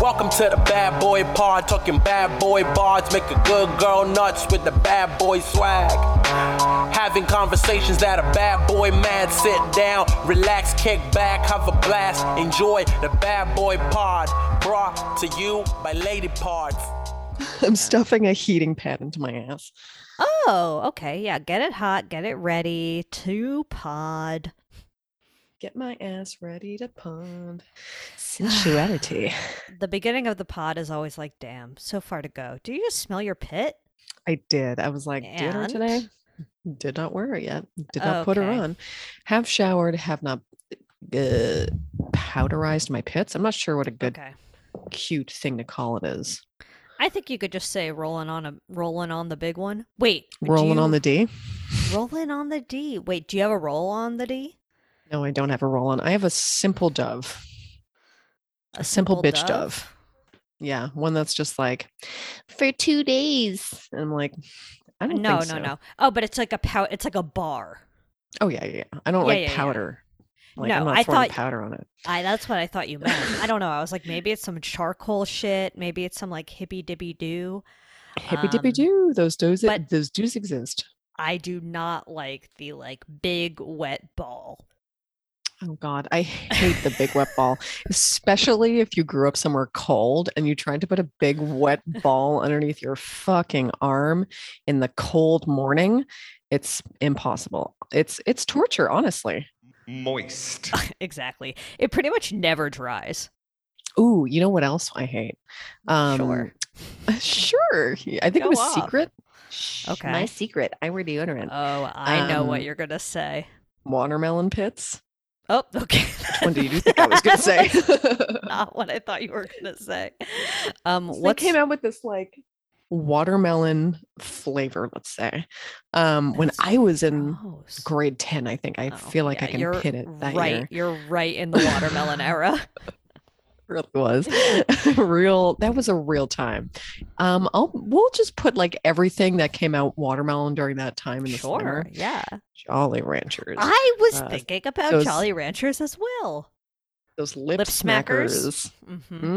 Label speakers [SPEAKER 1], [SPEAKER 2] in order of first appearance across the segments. [SPEAKER 1] Welcome to the bad boy pod, talking bad boy bards, make a good girl nuts with the bad boy swag. Having conversations that a bad boy mad, sit down, relax, kick back, have a blast, enjoy the bad boy pod, brought to you by Lady Parts.
[SPEAKER 2] I'm stuffing a heating pad into my ass.
[SPEAKER 3] Oh, okay. Yeah, get it hot, get it ready to pod.
[SPEAKER 2] Get my ass ready to pond. Sensuality.
[SPEAKER 3] The beginning of the pod is always like, damn, so far to go. Do you just smell your pit?
[SPEAKER 2] I did. I was like, did her
[SPEAKER 3] And?
[SPEAKER 2] today? Did not wear it yet. Did not put her
[SPEAKER 3] Okay.
[SPEAKER 2] on. Have showered, have not uh, powderized my pits. I'm not sure what a good,
[SPEAKER 3] Okay.
[SPEAKER 2] cute thing to call it is.
[SPEAKER 3] I think you could just say rolling on a rolling on the big one. Wait, do
[SPEAKER 2] Rolling on the
[SPEAKER 3] you-
[SPEAKER 2] D.
[SPEAKER 3] rolling on the D. Wait, do you have a roll on the D?
[SPEAKER 2] No, I don't have a roll on. I have a simple dove. A simple, bitch dove. Yeah, one that's just like for two days. And I'm like, I don't
[SPEAKER 3] No, no,
[SPEAKER 2] think so.
[SPEAKER 3] no. Oh, but it's like a pow- it's like a bar.
[SPEAKER 2] Oh yeah, yeah. yeah. I don't
[SPEAKER 3] Yeah,
[SPEAKER 2] like
[SPEAKER 3] yeah, yeah.
[SPEAKER 2] powder. Like I'm
[SPEAKER 3] No,
[SPEAKER 2] not
[SPEAKER 3] I
[SPEAKER 2] throwing
[SPEAKER 3] thought-
[SPEAKER 2] powder on it.
[SPEAKER 3] I that's what I thought you meant. I don't know. I was like, maybe it's some charcoal shit. Maybe it's some like hippy dippy do.
[SPEAKER 2] Hippy dippy
[SPEAKER 3] Um,
[SPEAKER 2] doo. Those do's
[SPEAKER 3] but-
[SPEAKER 2] those do's exist.
[SPEAKER 3] I do not like the like big wet ball.
[SPEAKER 2] Oh God, I hate the big wet ball, especially if you grew up somewhere cold and you tried to put a big wet ball underneath your fucking arm in the cold morning. It's impossible. It's it's torture, honestly.
[SPEAKER 4] moist.
[SPEAKER 3] exactly. It pretty much never dries.
[SPEAKER 2] Ooh, you know what else I hate?
[SPEAKER 3] sure.
[SPEAKER 2] Um, sure. I think
[SPEAKER 3] Go
[SPEAKER 2] it was
[SPEAKER 3] off.
[SPEAKER 2] secret. Shh,
[SPEAKER 3] Okay.
[SPEAKER 2] My secret. I wear deodorant.
[SPEAKER 3] Oh, I know what
[SPEAKER 2] um,
[SPEAKER 3] you're gonna say.
[SPEAKER 2] Watermelon pits.
[SPEAKER 3] Oh, okay.
[SPEAKER 2] What did you think I was gonna say?
[SPEAKER 3] Not what I thought you were gonna say. Um,
[SPEAKER 2] They
[SPEAKER 3] what
[SPEAKER 2] came out with this like watermelon flavor, let's say. Um, when
[SPEAKER 3] That's
[SPEAKER 2] I was in
[SPEAKER 3] gross.
[SPEAKER 2] grade 10, I think I
[SPEAKER 3] Oh,
[SPEAKER 2] feel like
[SPEAKER 3] yeah,
[SPEAKER 2] I can
[SPEAKER 3] you're
[SPEAKER 2] pin it that
[SPEAKER 3] right.
[SPEAKER 2] year.
[SPEAKER 3] You're right in the watermelon era.
[SPEAKER 2] Really was real. That was a real time. Um, I'll we'll just put like everything that came out watermelon during that time in the
[SPEAKER 3] sure. Ah,
[SPEAKER 2] summer.
[SPEAKER 3] Yeah.
[SPEAKER 2] Jolly Ranchers,
[SPEAKER 3] I was
[SPEAKER 2] uh,
[SPEAKER 3] thinking about
[SPEAKER 2] those
[SPEAKER 3] Jolly Ranchers as well.
[SPEAKER 2] those lip,
[SPEAKER 3] lip
[SPEAKER 2] smackers.
[SPEAKER 3] smackers. hmm
[SPEAKER 2] Mm,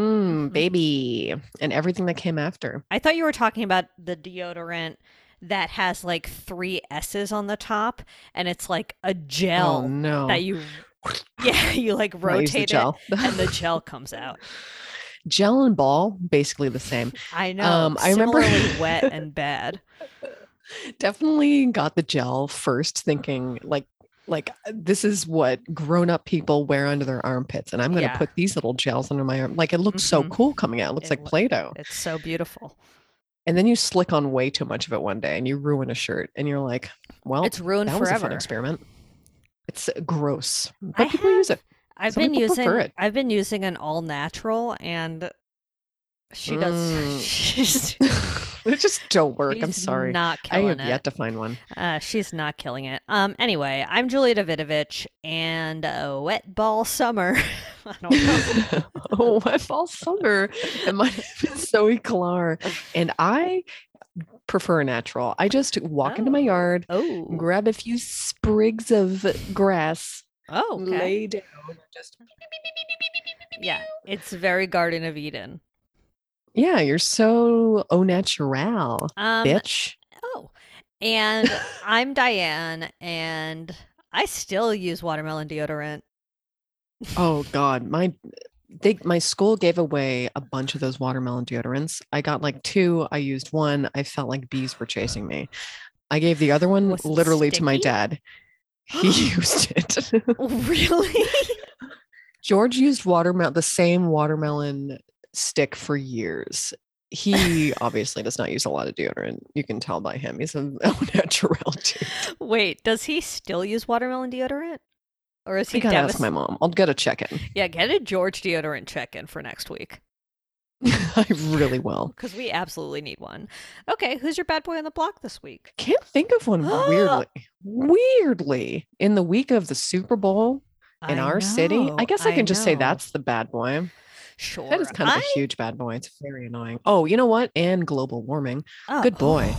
[SPEAKER 3] Mhm.
[SPEAKER 2] baby, and everything that came after.
[SPEAKER 3] I thought you were talking about the deodorant that has like three S's on the top, and it's like a
[SPEAKER 2] oh
[SPEAKER 3] gel
[SPEAKER 2] no!
[SPEAKER 3] that you, yeah, you like
[SPEAKER 2] I used the
[SPEAKER 3] rotate it,
[SPEAKER 2] gel.
[SPEAKER 3] and the gel comes out.
[SPEAKER 2] gel and ball basically the same
[SPEAKER 3] I know.
[SPEAKER 2] Um, I remember-
[SPEAKER 3] similarly wet and bad.
[SPEAKER 2] definitely got the gel first thinking like like uh, this is what grown-up people wear under their armpits and i'm going to
[SPEAKER 3] Yeah.
[SPEAKER 2] put these little gels under my arm like it looks so
[SPEAKER 3] Mhm.
[SPEAKER 2] cool coming out it looks
[SPEAKER 3] It
[SPEAKER 2] like
[SPEAKER 3] loo-
[SPEAKER 2] play-doh
[SPEAKER 3] It's so beautiful.
[SPEAKER 2] and then you slick on way too much of it one day and you ruin a shirt and you're like well
[SPEAKER 3] it's ruined
[SPEAKER 2] Oh, that was a fun
[SPEAKER 3] forever.
[SPEAKER 2] experiment it's uh, gross but
[SPEAKER 3] I
[SPEAKER 2] people use it
[SPEAKER 3] I've
[SPEAKER 2] Some
[SPEAKER 3] been
[SPEAKER 2] people
[SPEAKER 3] using
[SPEAKER 2] prefer it.
[SPEAKER 3] I've been using an all natural and she does
[SPEAKER 2] Mm.
[SPEAKER 3] she's,
[SPEAKER 2] it just don't work i'm
[SPEAKER 3] she's
[SPEAKER 2] sorry
[SPEAKER 3] Not
[SPEAKER 2] i
[SPEAKER 3] killing
[SPEAKER 2] have
[SPEAKER 3] it.
[SPEAKER 2] yet to find one
[SPEAKER 3] Uh, she's not killing it. Um. Anyway, I'm Julia Davidovich, and uh, wet ball summer. I don't know.
[SPEAKER 2] oh, my fall summer. And my name is Zoe Klar. And I prefer natural. I just walk into my
[SPEAKER 3] Oh.
[SPEAKER 2] yard,
[SPEAKER 3] oh.
[SPEAKER 2] grab a few sprigs of grass,
[SPEAKER 3] oh. Okay.
[SPEAKER 2] lay down, and just
[SPEAKER 3] Yeah. It's very Garden of Eden.
[SPEAKER 2] yeah, you're so au natural,
[SPEAKER 3] Um.
[SPEAKER 2] bitch.
[SPEAKER 3] Oh. And I'm Diane, and I still use watermelon deodorant.
[SPEAKER 2] Oh God, my they my school gave away a bunch of those watermelon deodorants. I got like two. I used one. I felt like bees were chasing me. I gave the other one
[SPEAKER 3] Was it
[SPEAKER 2] literally to my
[SPEAKER 3] sticky?
[SPEAKER 2] dad. He used it.
[SPEAKER 3] really?
[SPEAKER 2] George used watermelon, the same watermelon stick for years. He obviously does not use a lot of deodorant. You can tell by him. He's a au natural dude.
[SPEAKER 3] Wait, does he still use watermelon deodorant? Or is
[SPEAKER 2] I
[SPEAKER 3] he
[SPEAKER 2] gotta ask my
[SPEAKER 3] devastated?
[SPEAKER 2] mom. I'll get a check in.
[SPEAKER 3] Yeah, get a George deodorant check in for next week
[SPEAKER 2] I really will.
[SPEAKER 3] because we absolutely need one. Okay, who's your bad boy on the block this week?
[SPEAKER 2] Can't think of one weirdly. Weirdly, in the week of the Super Bowl in
[SPEAKER 3] I
[SPEAKER 2] our city, I
[SPEAKER 3] know,
[SPEAKER 2] guess I can just say
[SPEAKER 3] know.
[SPEAKER 2] that's the bad boy.
[SPEAKER 3] sure.
[SPEAKER 2] That is kind of a
[SPEAKER 3] I-
[SPEAKER 2] huge bad boy. It's very annoying. Oh, you know what? And global warming.
[SPEAKER 3] oh,
[SPEAKER 2] good boy.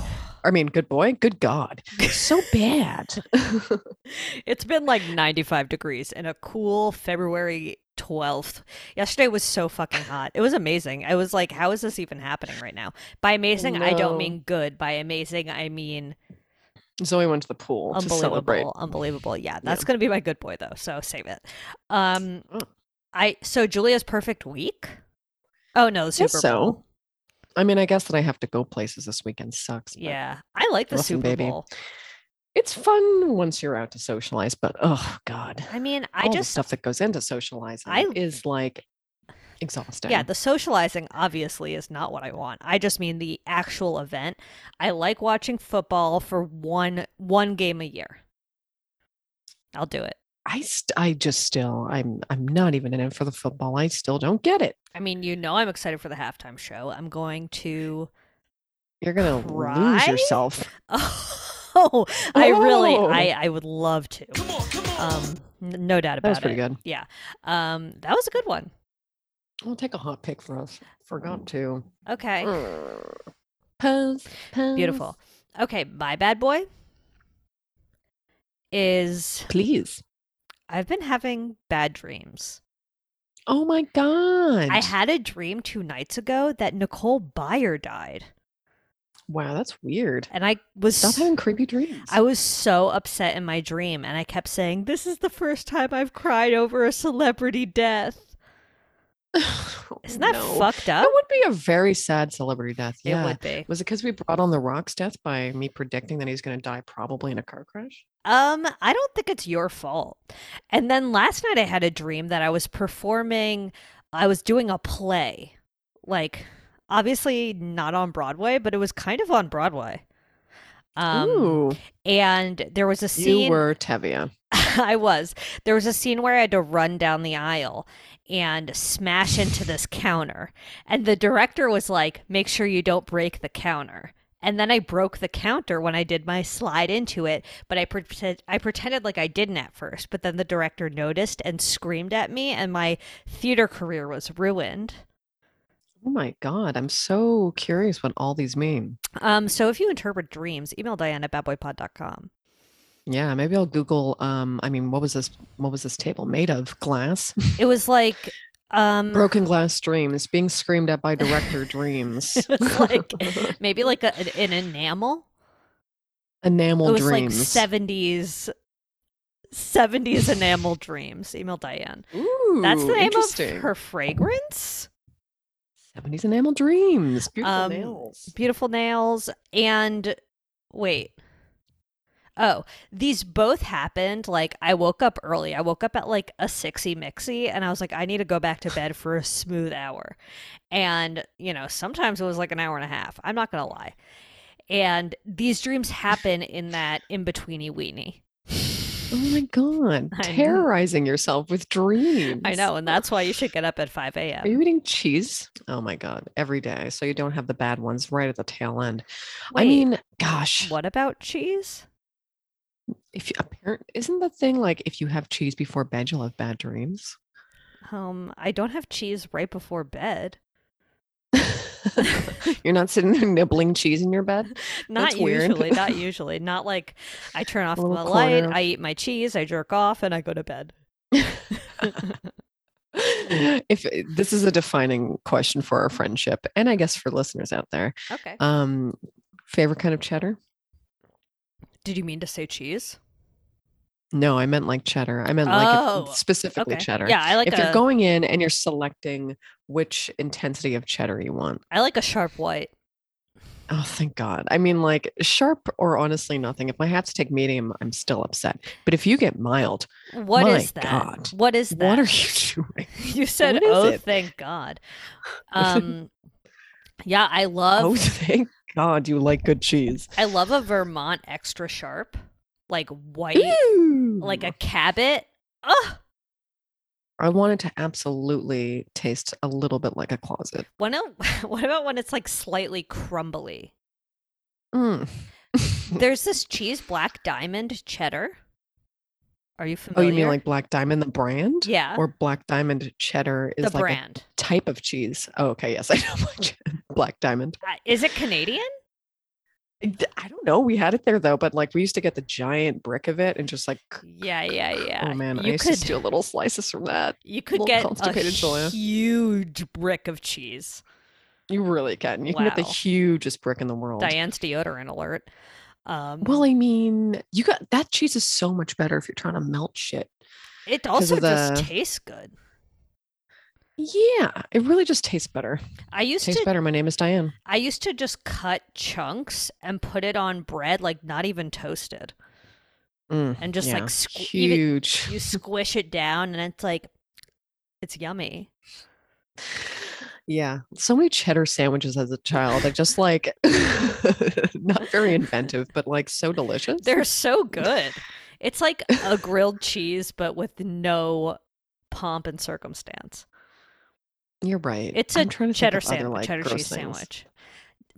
[SPEAKER 2] I mean, good boy. Good God. So bad.
[SPEAKER 3] It's been like 95 degrees in a cool February 12th. Yesterday was so fucking hot. It was amazing. I was like, how is this even happening right now? By amazing, I
[SPEAKER 2] know.
[SPEAKER 3] don't mean good. By amazing, I mean
[SPEAKER 2] Zoe went to the pool to celebrate.
[SPEAKER 3] unbelievable. Unbelievable. Yeah, that's going to be my good boy, though. So save it. Um,
[SPEAKER 2] Oh.
[SPEAKER 3] I So Julia's perfect week? Oh, no, the Super
[SPEAKER 2] Guess
[SPEAKER 3] Bowl.
[SPEAKER 2] so. I mean, I guess that I have to go places this weekend sucks. but
[SPEAKER 3] Yeah. I like the
[SPEAKER 2] Listen,
[SPEAKER 3] Super
[SPEAKER 2] baby.
[SPEAKER 3] Bowl.
[SPEAKER 2] It's fun once you're out to socialize, but oh god.
[SPEAKER 3] I mean, I
[SPEAKER 2] all the
[SPEAKER 3] just
[SPEAKER 2] stuff that goes into socializing
[SPEAKER 3] I-
[SPEAKER 2] is like exhausting.
[SPEAKER 3] Yeah, the socializing obviously is not what I want. I just mean the actual event. I like watching football for one one game a year. I'll do it.
[SPEAKER 2] I st- I just still I'm I'm not even in it for the football. I still don't get it.
[SPEAKER 3] I mean, you know I'm excited for the halftime show. I'm going to
[SPEAKER 2] You're gonna lose
[SPEAKER 3] Cry?
[SPEAKER 2] yourself.
[SPEAKER 3] Oh, I really
[SPEAKER 2] Oh.
[SPEAKER 3] I I would love to. Um n- no doubt
[SPEAKER 2] That
[SPEAKER 3] about
[SPEAKER 2] was pretty
[SPEAKER 3] it.
[SPEAKER 2] good.
[SPEAKER 3] Um that was a good one.
[SPEAKER 2] I'll take a hot pick for us. Forgot to.
[SPEAKER 3] Okay.
[SPEAKER 2] Mm. Pose, pose.
[SPEAKER 3] Beautiful. Okay, my bad boy is
[SPEAKER 2] Please.
[SPEAKER 3] I've been having bad dreams.
[SPEAKER 2] Oh my god.
[SPEAKER 3] I had a dream two nights ago that Nicole Byer died,
[SPEAKER 2] wow, that's weird.
[SPEAKER 3] and I was
[SPEAKER 2] Stop having creepy dreams.
[SPEAKER 3] I was so upset in my dream, and I kept saying, "This is the first time I've cried over a celebrity death." Isn't that
[SPEAKER 2] No.
[SPEAKER 3] fucked up?
[SPEAKER 2] That would be a very sad celebrity death. Yeah.
[SPEAKER 3] It would be.
[SPEAKER 2] Was it because we brought on The Rock's death by me predicting that he's going to die probably in a car crash?
[SPEAKER 3] Um, I don't think it's your fault. And then last night I had a dream that I was performing, I was doing a play. Like obviously not on Broadway, but it was kind of on Broadway. Um
[SPEAKER 2] Ooh,
[SPEAKER 3] and there was a
[SPEAKER 2] you
[SPEAKER 3] scene
[SPEAKER 2] were Tevia.
[SPEAKER 3] I was. There was a scene where I had to run down the aisle and smash into this counter. And the director was like, make sure you don't break the counter. And then I broke the counter when I did my slide into it, but I pretend, I pretended like I didn't at first, but then the director noticed and screamed at me and my theater career was ruined.
[SPEAKER 2] Oh my god, I'm so curious what all these mean.
[SPEAKER 3] Um so if you interpret dreams, email Diane at badboypod.com.
[SPEAKER 2] Yeah, maybe I'll Google. Um, I mean, what was this? What was this table made of? Glass,
[SPEAKER 3] It was like um
[SPEAKER 2] broken glass dreams, being screamed at by director dreams,
[SPEAKER 3] it was like maybe like a, an enamel
[SPEAKER 2] enamel
[SPEAKER 3] it was
[SPEAKER 2] dreams.
[SPEAKER 3] like seventies, seventies enamel dreams. Email Diane.
[SPEAKER 2] Ooh,
[SPEAKER 3] That's the name of
[SPEAKER 2] interesting.
[SPEAKER 3] her fragrance.
[SPEAKER 2] Seventies enamel dreams. Beautiful
[SPEAKER 3] Um,
[SPEAKER 2] nails.
[SPEAKER 3] Beautiful nails and wait. Oh, these both happened. Like I woke up early. I woke up at like a sixy mixy, and I was like, I need to go back to bed for a smooth hour. And you know, sometimes it was like an hour and a half. I'm not gonna lie. And these dreams happen in that in betweeny weenie.
[SPEAKER 2] Oh my god,
[SPEAKER 3] I know.
[SPEAKER 2] terrorizing yourself with dreams.
[SPEAKER 3] I know, and that's why you should get up at 5
[SPEAKER 2] Are
[SPEAKER 3] a.m.
[SPEAKER 2] you eating cheese? Oh my god, every day. So you don't have the bad ones right at the tail end. I
[SPEAKER 3] Wait,
[SPEAKER 2] mean, gosh,
[SPEAKER 3] what about cheese?
[SPEAKER 2] if you apparent isn't the thing like if you have cheese before bed, you'll have bad dreams.
[SPEAKER 3] Um, I don't have cheese right before bed.
[SPEAKER 2] You're not sitting there nibbling cheese in your bed.
[SPEAKER 3] Not
[SPEAKER 2] That's weird.
[SPEAKER 3] usually, not usually. Not like I turn off the
[SPEAKER 2] Little
[SPEAKER 3] light,
[SPEAKER 2] corner.
[SPEAKER 3] I eat my cheese, I jerk off, and I go to bed. Mm.
[SPEAKER 2] if eh, this is a defining question for our friendship, and I guess for listeners out there,
[SPEAKER 3] Okay.
[SPEAKER 2] um, favorite kind of cheddar?
[SPEAKER 3] Did you mean to say cheese?
[SPEAKER 2] No, I meant like cheddar. I meant like
[SPEAKER 3] Oh,
[SPEAKER 2] it, specifically
[SPEAKER 3] Okay.
[SPEAKER 2] cheddar.
[SPEAKER 3] Yeah, I like
[SPEAKER 2] if
[SPEAKER 3] a
[SPEAKER 2] you're going in and you're selecting which intensity of cheddar you want.
[SPEAKER 3] I like a sharp white.
[SPEAKER 2] Oh, thank God. I mean, like sharp or honestly nothing. If I have to take medium, I'm still upset. But if you get mild,
[SPEAKER 3] What is
[SPEAKER 2] My
[SPEAKER 3] that?
[SPEAKER 2] God.
[SPEAKER 3] What is that?
[SPEAKER 2] what are you doing?
[SPEAKER 3] you said,
[SPEAKER 2] What is
[SPEAKER 3] "Oh,
[SPEAKER 2] it?"
[SPEAKER 3] thank God." Um, yeah, I love.
[SPEAKER 2] Oh, thank God you like good cheese.
[SPEAKER 3] I love a Vermont extra sharp, like white, like
[SPEAKER 2] Like
[SPEAKER 3] a Cabot. Ugh.
[SPEAKER 2] I want it to absolutely taste a little bit like a closet.
[SPEAKER 3] When it, what about when it's like slightly crumbly?
[SPEAKER 2] Mm.
[SPEAKER 3] There's this cheese, Black Diamond cheddar. Are you familiar?
[SPEAKER 2] oh, you mean like Black Diamond, the brand?
[SPEAKER 3] yeah,
[SPEAKER 2] Or Black Diamond cheddar
[SPEAKER 3] the
[SPEAKER 2] is like a
[SPEAKER 3] brand.
[SPEAKER 2] type of cheese. Oh, okay. Yes, I know. Black Diamond.
[SPEAKER 3] Uh, is it Canadian?
[SPEAKER 2] It- I don't know. We had it there though, but like we used to get the giant brick of it and just like,
[SPEAKER 3] Yeah, yeah, yeah.
[SPEAKER 2] oh man, I
[SPEAKER 3] you
[SPEAKER 2] used
[SPEAKER 3] could
[SPEAKER 2] to steal little slices from that.
[SPEAKER 3] you could
[SPEAKER 2] little
[SPEAKER 3] get a
[SPEAKER 2] constipated Julia.
[SPEAKER 3] huge brick of cheese.
[SPEAKER 2] You really can. You can get the
[SPEAKER 3] Wow.
[SPEAKER 2] hugest brick in the world.
[SPEAKER 3] Diane's deodorant alert. Um,
[SPEAKER 2] Well, I mean, you got that cheese is so much better if you're trying to melt shit.
[SPEAKER 3] it
[SPEAKER 2] 'cause
[SPEAKER 3] also
[SPEAKER 2] of
[SPEAKER 3] just
[SPEAKER 2] the-
[SPEAKER 3] tastes good.
[SPEAKER 2] Yeah, it really just tastes better.
[SPEAKER 3] I used
[SPEAKER 2] Tastes
[SPEAKER 3] to
[SPEAKER 2] better. My name is Diane.
[SPEAKER 3] I used to just cut chunks and put it on bread, like not even toasted,
[SPEAKER 2] Mm,
[SPEAKER 3] and just
[SPEAKER 2] yeah.
[SPEAKER 3] like squ- even,
[SPEAKER 2] huge.
[SPEAKER 3] you squish it down, and it's like it's yummy.
[SPEAKER 2] Yeah, so many cheddar sandwiches as a child. I just like not very inventive, but like so delicious.
[SPEAKER 3] They're so good. It's like a grilled cheese, but with no pomp and circumstance.
[SPEAKER 2] You're right.
[SPEAKER 3] It's
[SPEAKER 2] I'm
[SPEAKER 3] a
[SPEAKER 2] trying to think
[SPEAKER 3] cheddar
[SPEAKER 2] of other,
[SPEAKER 3] sandwich,
[SPEAKER 2] like,
[SPEAKER 3] cheddar
[SPEAKER 2] gross
[SPEAKER 3] cheese
[SPEAKER 2] things.
[SPEAKER 3] sandwich.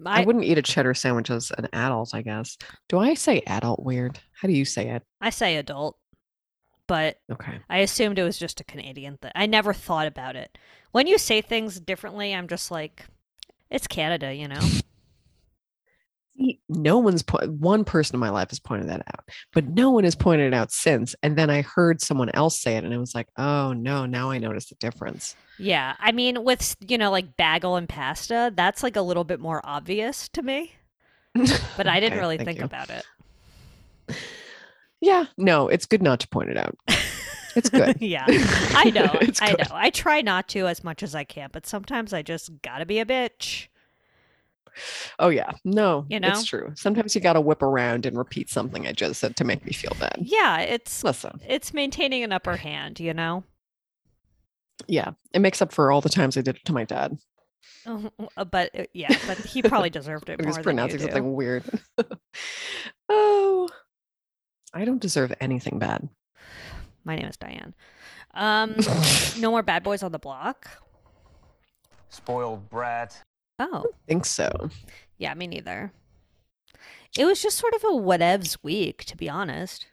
[SPEAKER 2] I,
[SPEAKER 3] I,
[SPEAKER 2] wouldn't eat a cheddar sandwich as an adult. I guess. Do I say adult weird? How do you say it?
[SPEAKER 3] I say adult, but
[SPEAKER 2] Okay.
[SPEAKER 3] I assumed it was just a Canadian thing. I never thought about it. When you say things differently, I'm just like, it's Canada, you know?
[SPEAKER 2] See, No one's po- one person in my life has pointed that out, but no one has pointed it out since. And then I heard someone else say it, and it was like, oh no, now I notice the difference.
[SPEAKER 3] Yeah, I mean, with s- you know, like bagel and pasta, that's like a little bit more obvious to me. But I didn't
[SPEAKER 2] Okay,
[SPEAKER 3] really
[SPEAKER 2] thank
[SPEAKER 3] think
[SPEAKER 2] you.
[SPEAKER 3] about it.
[SPEAKER 2] Yeah, no, it's good not to point it out. It's good.
[SPEAKER 3] yeah, I know,
[SPEAKER 2] It's
[SPEAKER 3] I
[SPEAKER 2] good.
[SPEAKER 3] know. I try not to as much as I can, but sometimes I just gotta be a bitch.
[SPEAKER 2] Oh yeah, no,
[SPEAKER 3] You know?
[SPEAKER 2] it's true. Sometimes you got to whip around and repeat something I just said to make me feel bad.
[SPEAKER 3] Yeah, it's
[SPEAKER 2] Listen,
[SPEAKER 3] it's maintaining an upper hand, you know.
[SPEAKER 2] yeah, it makes up for all the times I did it to my dad.
[SPEAKER 3] Uh, But uh, yeah, but he probably deserved it
[SPEAKER 2] I
[SPEAKER 3] more
[SPEAKER 2] was
[SPEAKER 3] than you
[SPEAKER 2] pronouncing
[SPEAKER 3] do.
[SPEAKER 2] something weird. oh, I don't deserve anything bad.
[SPEAKER 3] My name is Diane. Um, no more bad boys on the block.
[SPEAKER 1] Spoiled brat.
[SPEAKER 3] Oh,
[SPEAKER 2] think so.
[SPEAKER 3] yeah, me neither. It was just sort of a whatevs week, to be honest.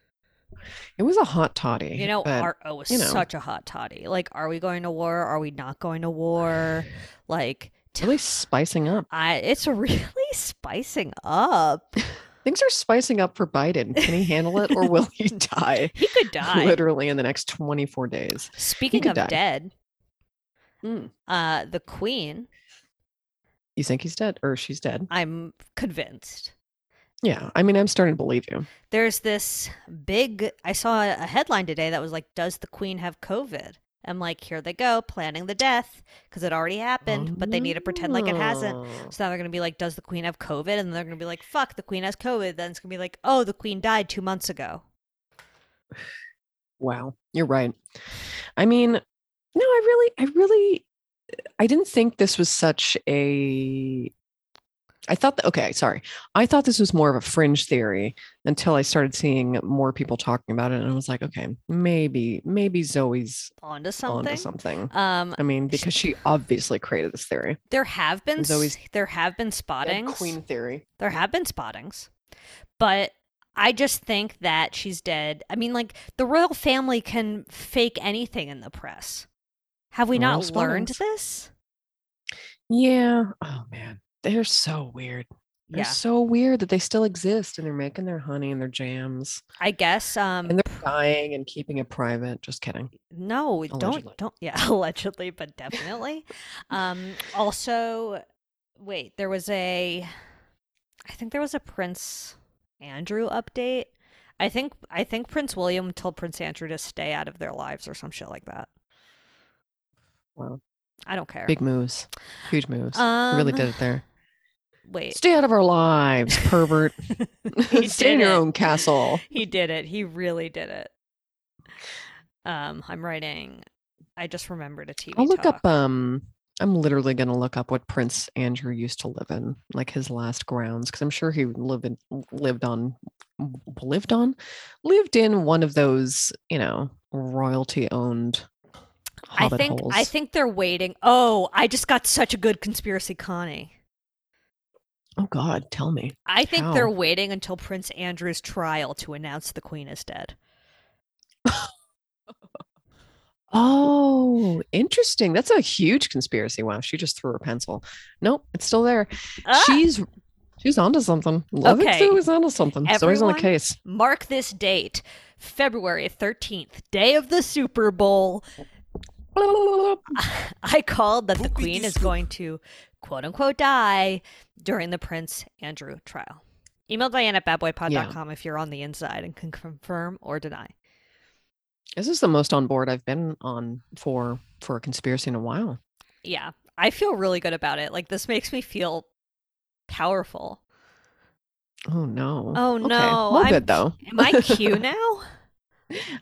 [SPEAKER 2] It was a hot toddy.
[SPEAKER 3] You know,
[SPEAKER 2] but
[SPEAKER 3] our oh was
[SPEAKER 2] you know.
[SPEAKER 3] such a hot toddy. Like, are we going to war? Are we not going to war? Like,
[SPEAKER 2] it's really spicing up.
[SPEAKER 3] I it's really spicing up.
[SPEAKER 2] Things are spicing up for Biden. Can he handle it or will he die?
[SPEAKER 3] He could die.
[SPEAKER 2] Literally in the next 24 days.
[SPEAKER 3] Speaking
[SPEAKER 2] could
[SPEAKER 3] of
[SPEAKER 2] die.
[SPEAKER 3] dead,
[SPEAKER 2] Mm.
[SPEAKER 3] uh, the Queen,
[SPEAKER 2] You think he's dead or she's dead?
[SPEAKER 3] I'm convinced.
[SPEAKER 2] Yeah. I mean, I'm starting to believe you.
[SPEAKER 3] There's this big. I saw a headline today that was like, "Does the Queen have COVID?" I'm like, here they go, planning the death because it already happened, but they need to pretend like it hasn't.
[SPEAKER 2] Oh.
[SPEAKER 3] So now they're gonna be like, "Does the queen have COVID?" And then they're gonna be like, "Fuck, the queen has COVID." Then it's gonna be like, "Oh, the queen died two months ago."
[SPEAKER 2] Wow. You're right. I mean, no, I really, I really, I didn't think this was such a. I thought that, okay, sorry. I thought this was more of a fringe theory until I started seeing more people talking about it. And I was like, okay, maybe, maybe Zoe's
[SPEAKER 3] Onto something.
[SPEAKER 2] onto something.
[SPEAKER 3] Um,
[SPEAKER 2] I mean, because she obviously created this theory.
[SPEAKER 3] there have been
[SPEAKER 2] There's always-
[SPEAKER 3] s- there have been
[SPEAKER 2] Dead
[SPEAKER 3] spottings.
[SPEAKER 2] Queen theory.
[SPEAKER 3] There have been spottings, but I just think that she's dead. I mean, like the royal family can fake anything in the press. Have we
[SPEAKER 2] Royal
[SPEAKER 3] not learned
[SPEAKER 2] spottings.
[SPEAKER 3] this?
[SPEAKER 2] Yeah. Oh, man. They're so weird. They're
[SPEAKER 3] Yeah,
[SPEAKER 2] so weird that they still exist and they're making their honey and their jams.
[SPEAKER 3] I guess. Um,
[SPEAKER 2] and they're dying and keeping it private. Just kidding.
[SPEAKER 3] No,
[SPEAKER 2] Allegedly.
[SPEAKER 3] don't don't yeah, allegedly, but definitely. um also wait, there was a I think there was a Prince Andrew update. I think I think Prince William told Prince Andrew to stay out of their lives or some shit like that.
[SPEAKER 2] Wow.
[SPEAKER 3] I don't care.
[SPEAKER 2] Big moves. Huge moves.
[SPEAKER 3] um
[SPEAKER 2] really did it there.
[SPEAKER 3] Wait.
[SPEAKER 2] Stay out of our lives, pervert.
[SPEAKER 3] He
[SPEAKER 2] Stay in
[SPEAKER 3] did
[SPEAKER 2] your
[SPEAKER 3] it.
[SPEAKER 2] own castle.
[SPEAKER 3] He did it. He really did it. Um I'm writing I just remembered a TV
[SPEAKER 2] I'll look
[SPEAKER 3] talk.
[SPEAKER 2] up um I'm literally gonna look up what Prince Andrew used to live in, like his last grounds, because I'm sure he lived in, lived on lived on lived in one of those, you know, royalty owned
[SPEAKER 3] I
[SPEAKER 2] hobbit
[SPEAKER 3] think
[SPEAKER 2] holes.
[SPEAKER 3] I think they're waiting. Oh, I just got such a good conspiracy, Connie.
[SPEAKER 2] oh God, tell me.
[SPEAKER 3] I think they're
[SPEAKER 2] How?
[SPEAKER 3] waiting until Prince Andrew's trial to announce the Queen is dead.
[SPEAKER 2] Oh, interesting. That's a huge conspiracy. Wow, she just threw her pencil. Nope, it's still there.
[SPEAKER 3] Ah!
[SPEAKER 2] She's She's onto something. Love
[SPEAKER 3] Okay.
[SPEAKER 2] it too is onto something. It's always on the
[SPEAKER 3] Everyone-
[SPEAKER 2] case.
[SPEAKER 3] Mark this date, February 13th, day of the Super Bowl. I called that the Queen is going to quote unquote die during the Prince Andrew trial. Email Diane at badboypod.com if you're on the inside and can confirm or deny.
[SPEAKER 2] This is the most on board I've been on for for a conspiracy in a while.
[SPEAKER 3] Yeah, I feel really good about it. Like, this makes me feel powerful.
[SPEAKER 2] Oh no.
[SPEAKER 3] Oh,
[SPEAKER 2] Okay.
[SPEAKER 3] no,
[SPEAKER 2] Well,
[SPEAKER 3] I'm
[SPEAKER 2] good though.
[SPEAKER 3] Am I Q now?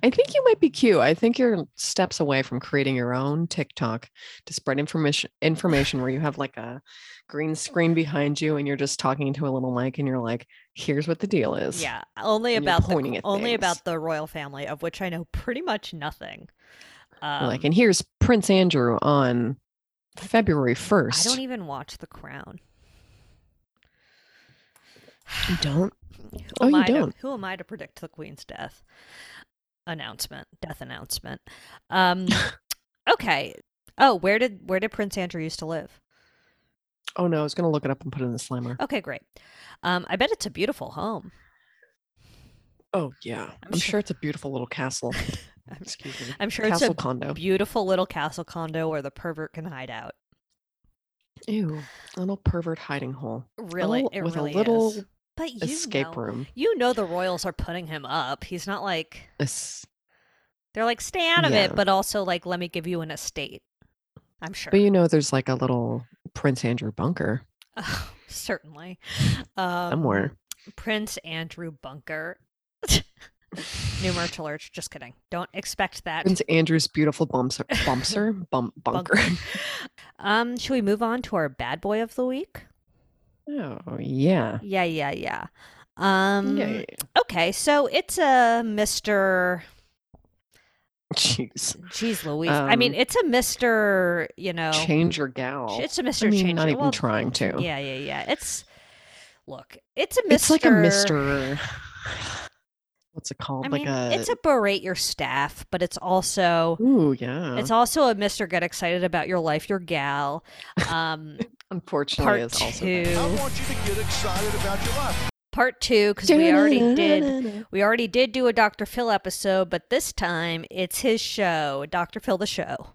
[SPEAKER 2] I think you might be cute. I think you're steps away from creating your own TikTok to spread information information where you have like a green screen behind you and you're just talking to a little mic and you're like, here's what the deal is.
[SPEAKER 3] Yeah, only
[SPEAKER 2] and you're
[SPEAKER 3] about the,
[SPEAKER 2] pointing at
[SPEAKER 3] only
[SPEAKER 2] things.
[SPEAKER 3] about the royal family, of which I know pretty much nothing. Um,
[SPEAKER 2] like, and here's Prince Andrew on February
[SPEAKER 3] I
[SPEAKER 2] first.
[SPEAKER 3] don't even watch The Crown.
[SPEAKER 2] you don't.
[SPEAKER 3] Who
[SPEAKER 2] Oh,
[SPEAKER 3] am
[SPEAKER 2] you
[SPEAKER 3] I to-
[SPEAKER 2] don't.
[SPEAKER 3] who am I to predict the Queen's death? Announcement, death announcement. Um, okay. Oh, where did where did Prince Andrew used to live?
[SPEAKER 2] Oh no, I was gonna look it up and put it in the slammer.
[SPEAKER 3] Okay, great. Um, I bet it's a beautiful home.
[SPEAKER 2] Oh yeah, I'm
[SPEAKER 3] sure-
[SPEAKER 2] sure it's a beautiful little castle. Excuse me.
[SPEAKER 3] I'm sure
[SPEAKER 2] castle
[SPEAKER 3] it's a
[SPEAKER 2] condo.
[SPEAKER 3] beautiful little castle condo where the pervert can hide out.
[SPEAKER 2] Ew, a little pervert hiding hole.
[SPEAKER 3] Really,
[SPEAKER 2] little-
[SPEAKER 3] it
[SPEAKER 2] Oh, with a
[SPEAKER 3] really
[SPEAKER 2] little
[SPEAKER 3] is. But you
[SPEAKER 2] Escape
[SPEAKER 3] know,
[SPEAKER 2] room.
[SPEAKER 3] You know the royals are putting him up. He's not like
[SPEAKER 2] Es-
[SPEAKER 3] they're like stay out of
[SPEAKER 2] Yeah.
[SPEAKER 3] it, but also like let me give you an estate. I'm sure.
[SPEAKER 2] But you know, there's like a little Prince Andrew bunker
[SPEAKER 3] Certainly. Um,
[SPEAKER 2] somewhere.
[SPEAKER 3] Prince Andrew Bunker. New merch alert. Just kidding. Don't expect that.
[SPEAKER 2] Prince Andrew's beautiful bumser, bumser, bum, bunker.
[SPEAKER 3] Um, should we move on to our bad boy of the week?
[SPEAKER 2] Oh yeah.
[SPEAKER 3] Yeah, yeah, yeah. Um,
[SPEAKER 2] yeah, yeah, yeah.
[SPEAKER 3] okay, so it's a Mr.
[SPEAKER 2] Jeez.
[SPEAKER 3] Jeez Louise. I mean,
[SPEAKER 2] Um,
[SPEAKER 3] it's a Mr. You know,
[SPEAKER 2] Change your gal.
[SPEAKER 3] it's a Mr.
[SPEAKER 2] I mean,
[SPEAKER 3] Change.
[SPEAKER 2] not
[SPEAKER 3] It.
[SPEAKER 2] even
[SPEAKER 3] Well,
[SPEAKER 2] trying to.
[SPEAKER 3] Yeah, yeah, yeah. It's look, it's a Mr.
[SPEAKER 2] It's like a Mister. What's it called?
[SPEAKER 3] I
[SPEAKER 2] like
[SPEAKER 3] mean,
[SPEAKER 2] a.
[SPEAKER 3] it's a berate your staff, but it's also
[SPEAKER 2] Ooh yeah.
[SPEAKER 3] it's also a Mr. Get excited about your life, your gal. Um,
[SPEAKER 2] Unfortunately,
[SPEAKER 3] part
[SPEAKER 2] it's also.
[SPEAKER 4] I
[SPEAKER 3] two,
[SPEAKER 4] want you to get excited about your life.
[SPEAKER 3] part two, because we already did we already did do a Dr. Phil episode, but this time it's his show, Dr. Phil the show.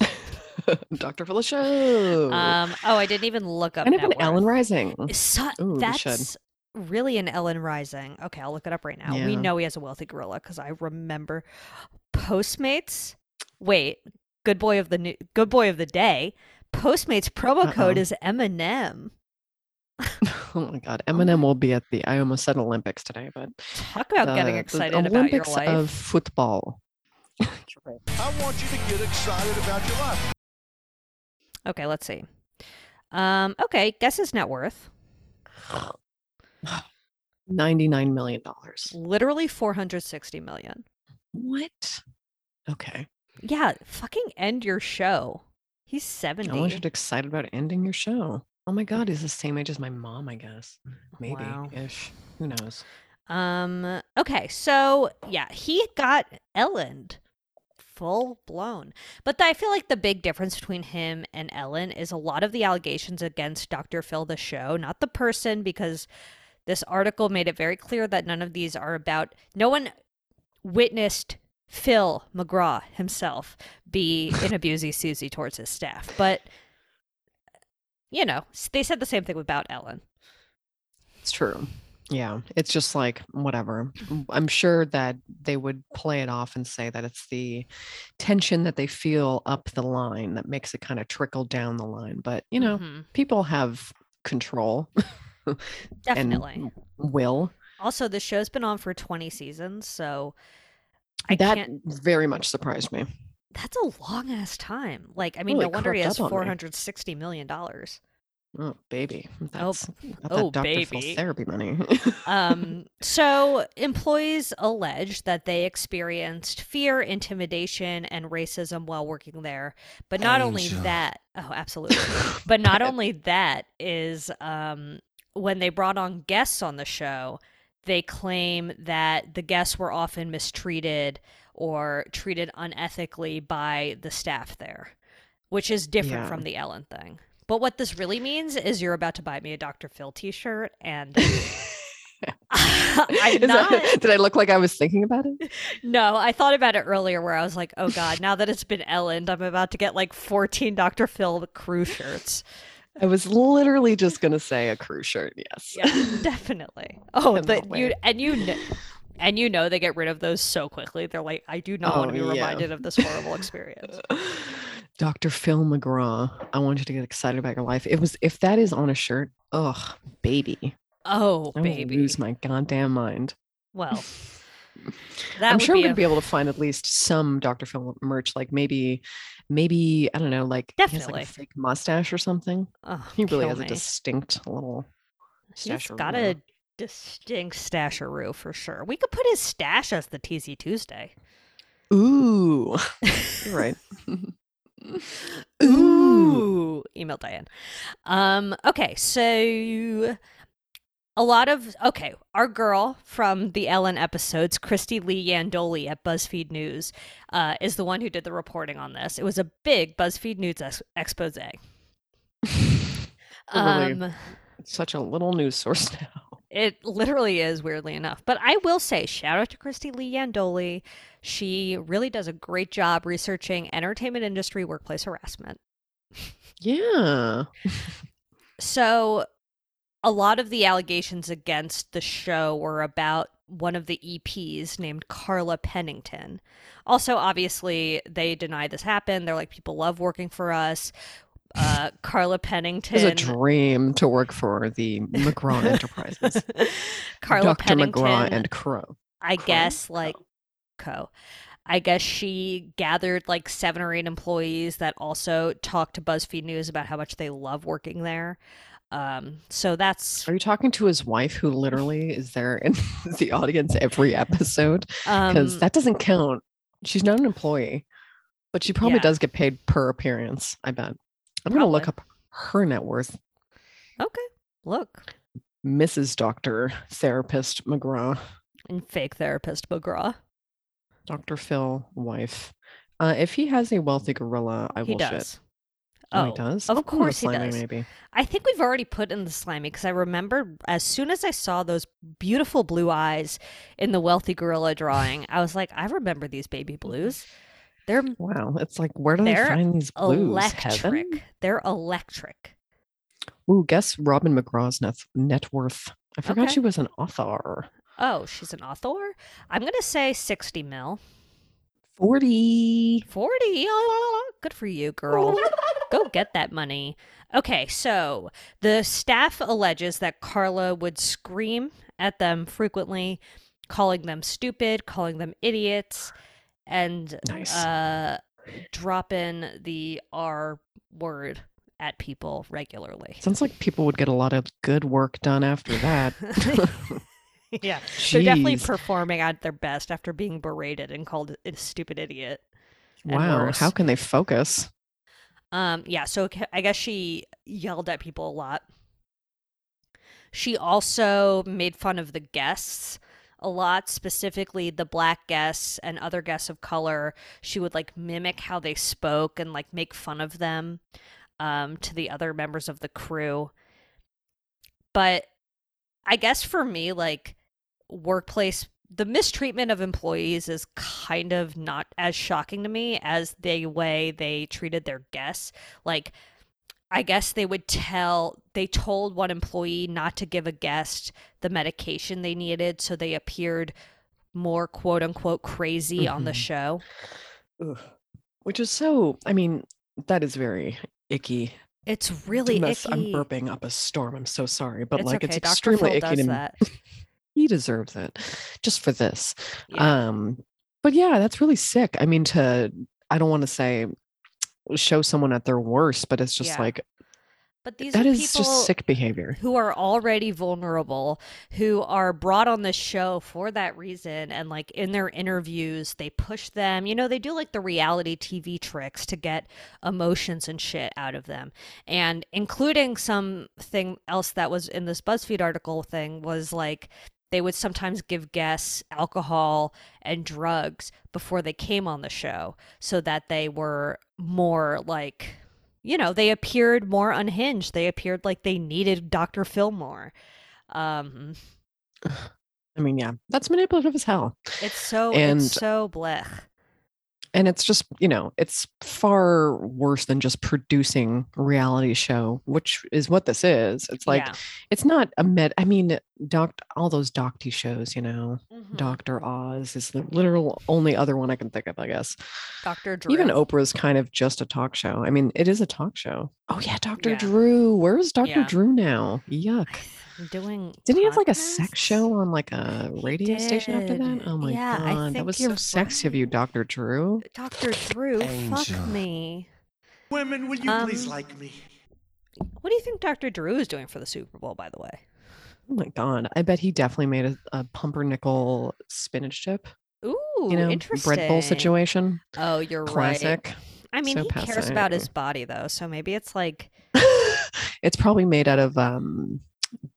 [SPEAKER 2] Dr. Phil the show.
[SPEAKER 3] Um, oh, I didn't even look up.
[SPEAKER 2] kind of an
[SPEAKER 3] network.
[SPEAKER 2] Ellen Rising.
[SPEAKER 3] So,
[SPEAKER 2] Oh, Ooh, we should.
[SPEAKER 3] that's really an Ellen Rising. Okay, I'll look it up right now. We
[SPEAKER 2] Yeah.
[SPEAKER 3] know he has a wealthy gorilla because I remember Postmates. Wait, good boy of the new, good boy of the day. Postmates promo code
[SPEAKER 2] Uh-oh.
[SPEAKER 3] is Eminem.
[SPEAKER 2] Oh my God, Eminem will be at the. I almost said Olympics today, but uh,
[SPEAKER 3] Talk about
[SPEAKER 2] the-
[SPEAKER 3] getting
[SPEAKER 2] the
[SPEAKER 3] excited about your
[SPEAKER 2] Olympics
[SPEAKER 3] life.
[SPEAKER 2] of football.
[SPEAKER 4] I want you to get excited about your life.
[SPEAKER 3] Okay, let's see. Um, okay, guess his net worth.
[SPEAKER 2] Ninety-nine million dollars.
[SPEAKER 3] Literally four hundred sixty million.
[SPEAKER 2] What? Okay.
[SPEAKER 3] Yeah, fucking end your show. He's
[SPEAKER 2] I want you
[SPEAKER 3] seventy.
[SPEAKER 2] to excited about ending your show. Oh my God, he's the same age as my mom, I guess. Maybe
[SPEAKER 3] Wow.
[SPEAKER 2] ish. Who knows?
[SPEAKER 3] Um. Okay. So yeah, he got Ellen full blown. But I feel like the big difference between him and Ellen is a lot of the allegations against Dr. Phil, the show, not the person, because this article made it very clear that none of these are about. No one witnessed Phil McGraw himself be an abusey Susie towards his staff, but. You know, s- they said the same thing about Ellen.
[SPEAKER 2] It's true. Yeah, it's just like whatever. M- I'm sure that they would play it off and say that it's the tension that they feel up the line that makes it kind of trickle down the line. But you know,
[SPEAKER 3] Mhm.
[SPEAKER 2] people have control and
[SPEAKER 3] definitely.
[SPEAKER 2] will.
[SPEAKER 3] Also, the show's been on for 20 seasons, so I
[SPEAKER 2] that
[SPEAKER 3] can't.
[SPEAKER 2] very much surprised me.
[SPEAKER 3] That's a long ass time. Like, I mean,
[SPEAKER 2] Oh,
[SPEAKER 3] no
[SPEAKER 2] it
[SPEAKER 3] wonder he
[SPEAKER 2] crept
[SPEAKER 3] has
[SPEAKER 2] up on me.
[SPEAKER 3] 460 million dollars.
[SPEAKER 2] Oh baby, that's got
[SPEAKER 3] oh,
[SPEAKER 2] that Dr.
[SPEAKER 3] baby.
[SPEAKER 2] Phil therapy money.
[SPEAKER 3] Um, so employees allege that they experienced fear, intimidation, and racism while working there. But not only
[SPEAKER 4] Angel.
[SPEAKER 3] that, oh, absolutely. But not
[SPEAKER 2] Bad.
[SPEAKER 3] only that is um, when they brought on guests on the show, they claim that the guests were often mistreated or treated unethically by the staff there, which is different
[SPEAKER 2] Yeah.
[SPEAKER 3] from the Ellen thing. But what this really means is you're about to buy me a Dr. Phil t-shirt and
[SPEAKER 2] Is
[SPEAKER 3] I'm
[SPEAKER 2] that-
[SPEAKER 3] not
[SPEAKER 2] did I look like I was thinking about it?
[SPEAKER 3] No, I thought about it earlier where I was like, "Oh god, now that it's been Ellened, I'm about to get like 14 Dr. Phil crew shirts."
[SPEAKER 2] I was literally just gonna say a crew shirt. Yes.
[SPEAKER 3] Yeah, definitely. Oh,
[SPEAKER 2] I'm
[SPEAKER 3] the,
[SPEAKER 2] not
[SPEAKER 3] you
[SPEAKER 2] wearing-
[SPEAKER 3] and you kn- and you know they get rid of those so quickly. They're like, "I do not want
[SPEAKER 2] Oh,
[SPEAKER 3] to be
[SPEAKER 2] yeah.
[SPEAKER 3] reminded of this horrible experience."
[SPEAKER 2] Dr. Phil McGraw, I want you to get excited about your life. It was if that is on a shirt, ugh, baby,
[SPEAKER 3] Oh,
[SPEAKER 2] I will
[SPEAKER 3] baby.
[SPEAKER 2] lose my goddamn mind.
[SPEAKER 3] Well, that
[SPEAKER 2] I'm
[SPEAKER 3] would
[SPEAKER 2] sure
[SPEAKER 3] be
[SPEAKER 2] we'd
[SPEAKER 3] a-
[SPEAKER 2] be able to find at least some Dr. Phil merch, like maybe, maybe I don't know, like he has like
[SPEAKER 3] Definitely.
[SPEAKER 2] a fake mustache or something.
[SPEAKER 3] Oh,
[SPEAKER 2] He really
[SPEAKER 3] kill
[SPEAKER 2] has a
[SPEAKER 3] me.
[SPEAKER 2] distinct little.
[SPEAKER 3] He's
[SPEAKER 2] stasharoo.
[SPEAKER 3] got a distinct stasheroo for sure. We could put his stash as the TZ Tuesday.
[SPEAKER 2] ooh, You're right.
[SPEAKER 3] Ooh, email Diane. Um, okay, so a lot of okay, our girl from the Ellen episodes, Christy Lee Yandoli at BuzzFeed News, uh, is the one who did the reporting on this. It was a big BuzzFeed News ex- expose.
[SPEAKER 2] Really.
[SPEAKER 3] Um,
[SPEAKER 2] such a little news source now.
[SPEAKER 3] it literally is, weirdly enough. But I will say, shout out to Christy Lee Yandoli. She really does a great job researching entertainment industry workplace harassment.
[SPEAKER 2] Yeah.
[SPEAKER 3] So, a lot of the allegations against the show were about one of the EPs named Carla Pennington. Also, obviously, they deny this happened. They're like, people love working for us. Uh,
[SPEAKER 2] It was
[SPEAKER 3] Carla
[SPEAKER 2] a
[SPEAKER 3] Pennington.
[SPEAKER 2] dream to work for the McGraw Enterprises.
[SPEAKER 3] Carla
[SPEAKER 2] Dr.
[SPEAKER 3] Pennington.
[SPEAKER 2] McGraw and Crow.
[SPEAKER 3] I
[SPEAKER 2] Crow?
[SPEAKER 3] guess
[SPEAKER 2] Co.
[SPEAKER 3] like co. I guess she gathered like seven or eight employees that also talked to BuzzFeed News about how much they love working there. Um, so that's
[SPEAKER 2] Are you talking to his wife, who literally is there in the audience every episode?
[SPEAKER 3] um,
[SPEAKER 2] Because that doesn't count. She's not an employee, but she probably
[SPEAKER 3] Yeah.
[SPEAKER 2] does get paid per appearance. I bet. I'm going to look up her net worth,
[SPEAKER 3] Okay. Look.
[SPEAKER 2] Mrs. Doctor Therapist McGraw,
[SPEAKER 3] And fake therapist McGraw.
[SPEAKER 2] Dr. Phil wife. Uh, if he has a wealthy gorilla, I
[SPEAKER 3] he
[SPEAKER 2] will
[SPEAKER 3] does.
[SPEAKER 2] shit. Oh, he does.
[SPEAKER 3] of
[SPEAKER 2] I'll call him a
[SPEAKER 3] course he
[SPEAKER 2] slimy,
[SPEAKER 3] does.
[SPEAKER 2] Maybe.
[SPEAKER 3] I think we've already put in the slimy because I remember as soon as I saw those beautiful blue eyes in the wealthy gorilla drawing, I was like, I remember these baby blues. They're
[SPEAKER 2] Wow, it's like where do they
[SPEAKER 3] They're
[SPEAKER 2] find these blues?
[SPEAKER 3] electric.
[SPEAKER 2] Heaven?
[SPEAKER 3] They're electric.
[SPEAKER 2] Ooh, guess Robin McGraw's net net worth. I forgot
[SPEAKER 3] Okay.
[SPEAKER 2] she was an author.
[SPEAKER 3] Oh, she's an author? I'm going to say 60 mil.
[SPEAKER 2] Forty.
[SPEAKER 3] 40. oh, Good for you, girl. Go get that money. Okay, so the staff alleges that Carla would scream at them frequently, calling them stupid, calling them idiots, and
[SPEAKER 2] Nice.
[SPEAKER 3] uh, drop in the R word at people regularly.
[SPEAKER 2] Sounds like people would get a lot of good work done after that.
[SPEAKER 3] yeah, they're definitely
[SPEAKER 2] Jeez.
[SPEAKER 3] performing at their best after being berated and called a stupid idiot. and
[SPEAKER 2] wow,
[SPEAKER 3] worse.
[SPEAKER 2] how can they focus?
[SPEAKER 3] Um, yeah, so ca- I guess she yelled at people a lot. She also made fun of the guests a lot, specifically the black guests and other guests of color. She would like mimic how they spoke and like make fun of them um, to the other members of the crew. But I guess for me, like workplace, the mistreatment of employees is kind of not as shocking to me as the way they treated their guests. Like, I guess they would tell, they told one employee not to give a guest the medication they needed, so they appeared more quote unquote crazy on the
[SPEAKER 2] Mhm.
[SPEAKER 3] show.
[SPEAKER 2] Ugh. Which is so. I mean, that is very icky.
[SPEAKER 3] It's really
[SPEAKER 2] Mess- I'm
[SPEAKER 3] icky.
[SPEAKER 2] burping up a storm. I'm so sorry, but like it's
[SPEAKER 3] Dr.
[SPEAKER 2] extremely
[SPEAKER 3] Phil
[SPEAKER 2] icky
[SPEAKER 3] does
[SPEAKER 2] to me.
[SPEAKER 3] that.
[SPEAKER 2] he deserves it just for this
[SPEAKER 3] Yeah.
[SPEAKER 2] um but yeah that's really sick i mean to i don't want to say show someone at their worst but it's just
[SPEAKER 3] Yeah.
[SPEAKER 2] like
[SPEAKER 3] But these
[SPEAKER 2] that
[SPEAKER 3] are
[SPEAKER 2] is
[SPEAKER 3] people
[SPEAKER 2] just sick behavior
[SPEAKER 3] who are already vulnerable, who are brought on the show for that reason. And like in their interviews, they push them. You know, they do like the reality TV tricks to get emotions and shit out of them. And including something else that was in this BuzzFeed article thing was like, they would sometimes give guests alcohol and drugs before they came on the show so that they were more like you know, they appeared more unhinged. They appeared like they needed Dr. Fillmore. Um,
[SPEAKER 2] I mean, yeah, that's manipulative as hell.
[SPEAKER 3] it's so
[SPEAKER 2] Mm-hmm. And-
[SPEAKER 3] it's so blech.
[SPEAKER 2] And it's just, you know, it's far worse than just producing a reality show, which is what this is. It's like,
[SPEAKER 3] Yeah.
[SPEAKER 2] it's not a med, I mean, doc, all those docty shows, you know,
[SPEAKER 3] Mhm.
[SPEAKER 2] Dr. Oz is the literal only other one I can think of, I guess.
[SPEAKER 3] Dr. Drew.
[SPEAKER 2] Even Oprah's kind of just a talk show. I mean, it is a talk show. Oh, yeah, Dr.
[SPEAKER 3] Yeah.
[SPEAKER 2] Drew. Where's Dr.
[SPEAKER 3] Yeah.
[SPEAKER 2] Drew now? Yuck.
[SPEAKER 3] I'm doing
[SPEAKER 2] Didn't he have like a
[SPEAKER 3] podcasts?
[SPEAKER 2] sex show on like a radio station after that?
[SPEAKER 3] did.
[SPEAKER 2] Oh my
[SPEAKER 3] Yeah, I
[SPEAKER 2] god, that
[SPEAKER 3] think
[SPEAKER 2] was so
[SPEAKER 3] you're
[SPEAKER 2] sexy of you,
[SPEAKER 3] right.
[SPEAKER 2] Dr. Drew.
[SPEAKER 3] Dr. Drew,
[SPEAKER 4] Angel.
[SPEAKER 3] fuck me.
[SPEAKER 4] Women, will you please
[SPEAKER 3] Um,
[SPEAKER 4] like me?
[SPEAKER 3] What do you think Dr. Drew is doing for the Super Bowl, by the way?
[SPEAKER 2] Oh my god, I bet he definitely made a, a pumpernickel spinach chip,
[SPEAKER 3] Ooh,
[SPEAKER 2] you know,
[SPEAKER 3] interesting.
[SPEAKER 2] bread bowl situation.
[SPEAKER 3] Oh, you're right.
[SPEAKER 2] Classic.
[SPEAKER 3] I mean,
[SPEAKER 2] So
[SPEAKER 3] he cares about his
[SPEAKER 2] passé.
[SPEAKER 3] body though, so maybe it's like,
[SPEAKER 2] it's probably made out of um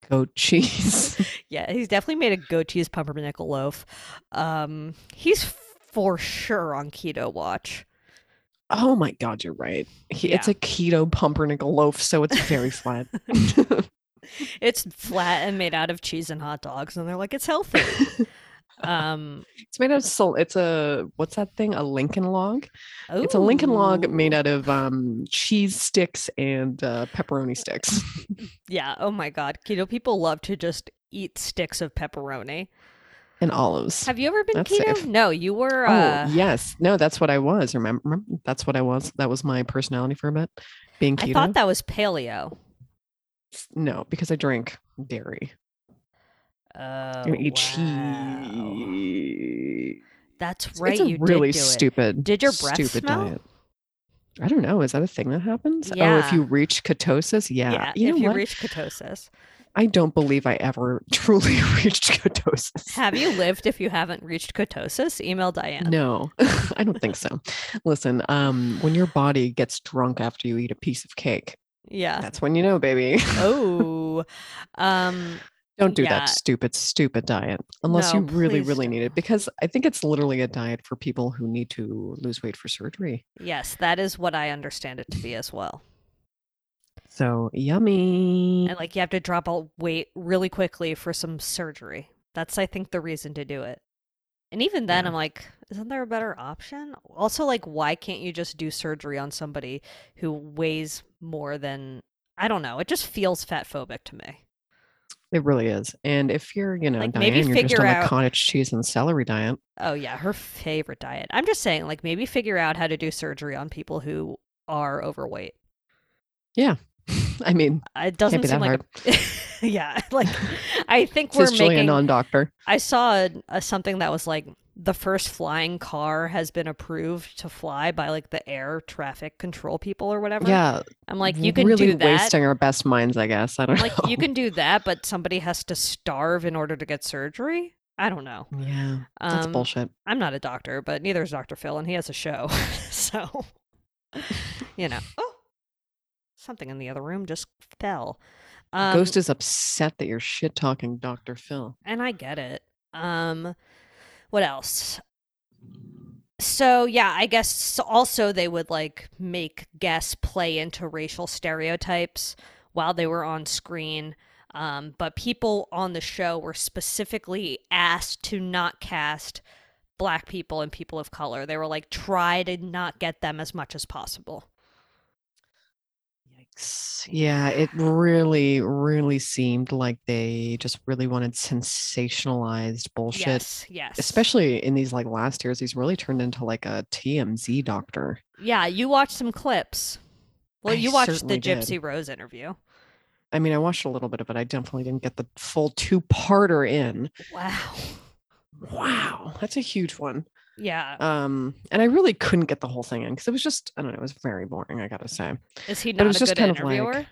[SPEAKER 2] goat cheese.
[SPEAKER 3] yeah, he's definitely made a goat cheese pumpernickel loaf. Um, he's for sure on keto watch.
[SPEAKER 2] oh my god, you're right. He, It's
[SPEAKER 3] Yeah.
[SPEAKER 2] a keto pumpernickel loaf, so it's very flat.
[SPEAKER 3] It's flat and made out of cheese and hot dogs, and they're like, it's healthy. um,
[SPEAKER 2] it's made out of sol- it's a what's that thing? A Lincoln log. It's a Lincoln log made
[SPEAKER 3] ooh.
[SPEAKER 2] out of um, cheese sticks and uh, pepperoni sticks.
[SPEAKER 3] Yeah. Oh my God, keto people love to just eat sticks of pepperoni.
[SPEAKER 2] and olives.
[SPEAKER 3] Have you ever been
[SPEAKER 2] That's
[SPEAKER 3] keto?
[SPEAKER 2] safe.
[SPEAKER 3] No, you were. Uh,
[SPEAKER 2] oh yes, no, that's what I was. Remember, remember? that's what I was. That was my personality for a bit. Being keto.
[SPEAKER 3] I thought that was paleo.
[SPEAKER 2] no, because I drink dairy.
[SPEAKER 3] Oh,
[SPEAKER 2] I eat
[SPEAKER 3] wow.
[SPEAKER 2] cheese.
[SPEAKER 3] That's
[SPEAKER 2] It's
[SPEAKER 3] right.
[SPEAKER 2] a
[SPEAKER 3] you
[SPEAKER 2] really
[SPEAKER 3] did do it.
[SPEAKER 2] stupid.
[SPEAKER 3] Did your breath
[SPEAKER 2] stupid
[SPEAKER 3] smell?
[SPEAKER 2] diet. I don't know. Is that a thing that happens? Oh,
[SPEAKER 3] Yeah.
[SPEAKER 2] if you reach ketosis, yeah.
[SPEAKER 3] Yeah,
[SPEAKER 2] you know
[SPEAKER 3] if you
[SPEAKER 2] what?
[SPEAKER 3] reach ketosis.
[SPEAKER 2] I don't believe I ever truly reached ketosis.
[SPEAKER 3] Have you lived if you haven't reached ketosis? Email Diane.
[SPEAKER 2] No, I don't think so. Listen, um, when your body gets drunk after you eat a piece of cake,
[SPEAKER 3] Yeah.
[SPEAKER 2] that's when you know, baby.
[SPEAKER 3] Oh. Um
[SPEAKER 2] Don't do
[SPEAKER 3] Yeah.
[SPEAKER 2] that stupid, stupid diet unless you
[SPEAKER 3] No,
[SPEAKER 2] really,
[SPEAKER 3] please
[SPEAKER 2] really need
[SPEAKER 3] don't.
[SPEAKER 2] it. Because I think it's literally a diet for people who need to lose weight for surgery.
[SPEAKER 3] yes, that is what I understand it to be as well.
[SPEAKER 2] So yummy.
[SPEAKER 3] And like you have to drop all weight really quickly for some surgery. That's I think the reason to do it. And even then
[SPEAKER 2] Yeah.
[SPEAKER 3] I'm like, isn't there a better option? Also like why can't you just do surgery on somebody who weighs more than I don't know. It just feels fat phobic to me.
[SPEAKER 2] It really is. And if you're, you know,
[SPEAKER 3] Like,
[SPEAKER 2] Diane,
[SPEAKER 3] maybe
[SPEAKER 2] you're just
[SPEAKER 3] figure
[SPEAKER 2] on a
[SPEAKER 3] out-
[SPEAKER 2] cottage cheese and celery diet.
[SPEAKER 3] Oh yeah, her favorite diet. I'm just saying, like maybe figure out how to do surgery on people who are overweight. Uh,
[SPEAKER 2] I mean,
[SPEAKER 3] It doesn't
[SPEAKER 2] be
[SPEAKER 3] seem
[SPEAKER 2] that
[SPEAKER 3] like, a, yeah, like I think we're
[SPEAKER 2] says Julia,
[SPEAKER 3] making.
[SPEAKER 2] non-doctor.
[SPEAKER 3] I saw a, a, something that was like the first flying car has been approved to fly by like the air traffic control people or whatever.
[SPEAKER 2] Yeah,
[SPEAKER 3] I'm like you can
[SPEAKER 2] really
[SPEAKER 3] do that.
[SPEAKER 2] wasting our best minds, I guess. I don't
[SPEAKER 3] like
[SPEAKER 2] know.
[SPEAKER 3] you can do that, but somebody has to starve in order to get surgery. I don't know.
[SPEAKER 2] Yeah,
[SPEAKER 3] Um,
[SPEAKER 2] that's bullshit.
[SPEAKER 3] I'm not a doctor, but neither is Dr. Phil, and he has a show. so, you know, oh, something in the other room just fell. Um,
[SPEAKER 2] Ghost is upset that you're shit talking Dr. Phil.
[SPEAKER 3] and I get it. Um, what else? So yeah, I guess also they would like make guests play into racial stereotypes while they were on screen. Um, but people on the show were specifically asked to not cast black people and people of color. They were like, try to not get them as much as possible.
[SPEAKER 2] Yikes. Yeah, it really, really seemed like they just really wanted sensationalized bullshit.
[SPEAKER 3] Yes, yes.
[SPEAKER 2] Especially in these like last years, he's really turned into like a TMZ doctor.
[SPEAKER 3] yeah, you watched some clips. Well,
[SPEAKER 2] I
[SPEAKER 3] you watched the
[SPEAKER 2] certainly did.
[SPEAKER 3] Gypsy Rose interview.
[SPEAKER 2] I mean, I watched a little bit of it. I definitely didn't get the full two parter in.
[SPEAKER 3] Wow. Mm.
[SPEAKER 2] Wow, that's a huge one.
[SPEAKER 3] Yeah.
[SPEAKER 2] Um, and I really couldn't get the whole thing in because it was just, I don't know, it was very boring, I gotta say.
[SPEAKER 3] Is he
[SPEAKER 2] but it
[SPEAKER 3] not a
[SPEAKER 2] was just
[SPEAKER 3] good
[SPEAKER 2] kind of like-
[SPEAKER 3] interviewer?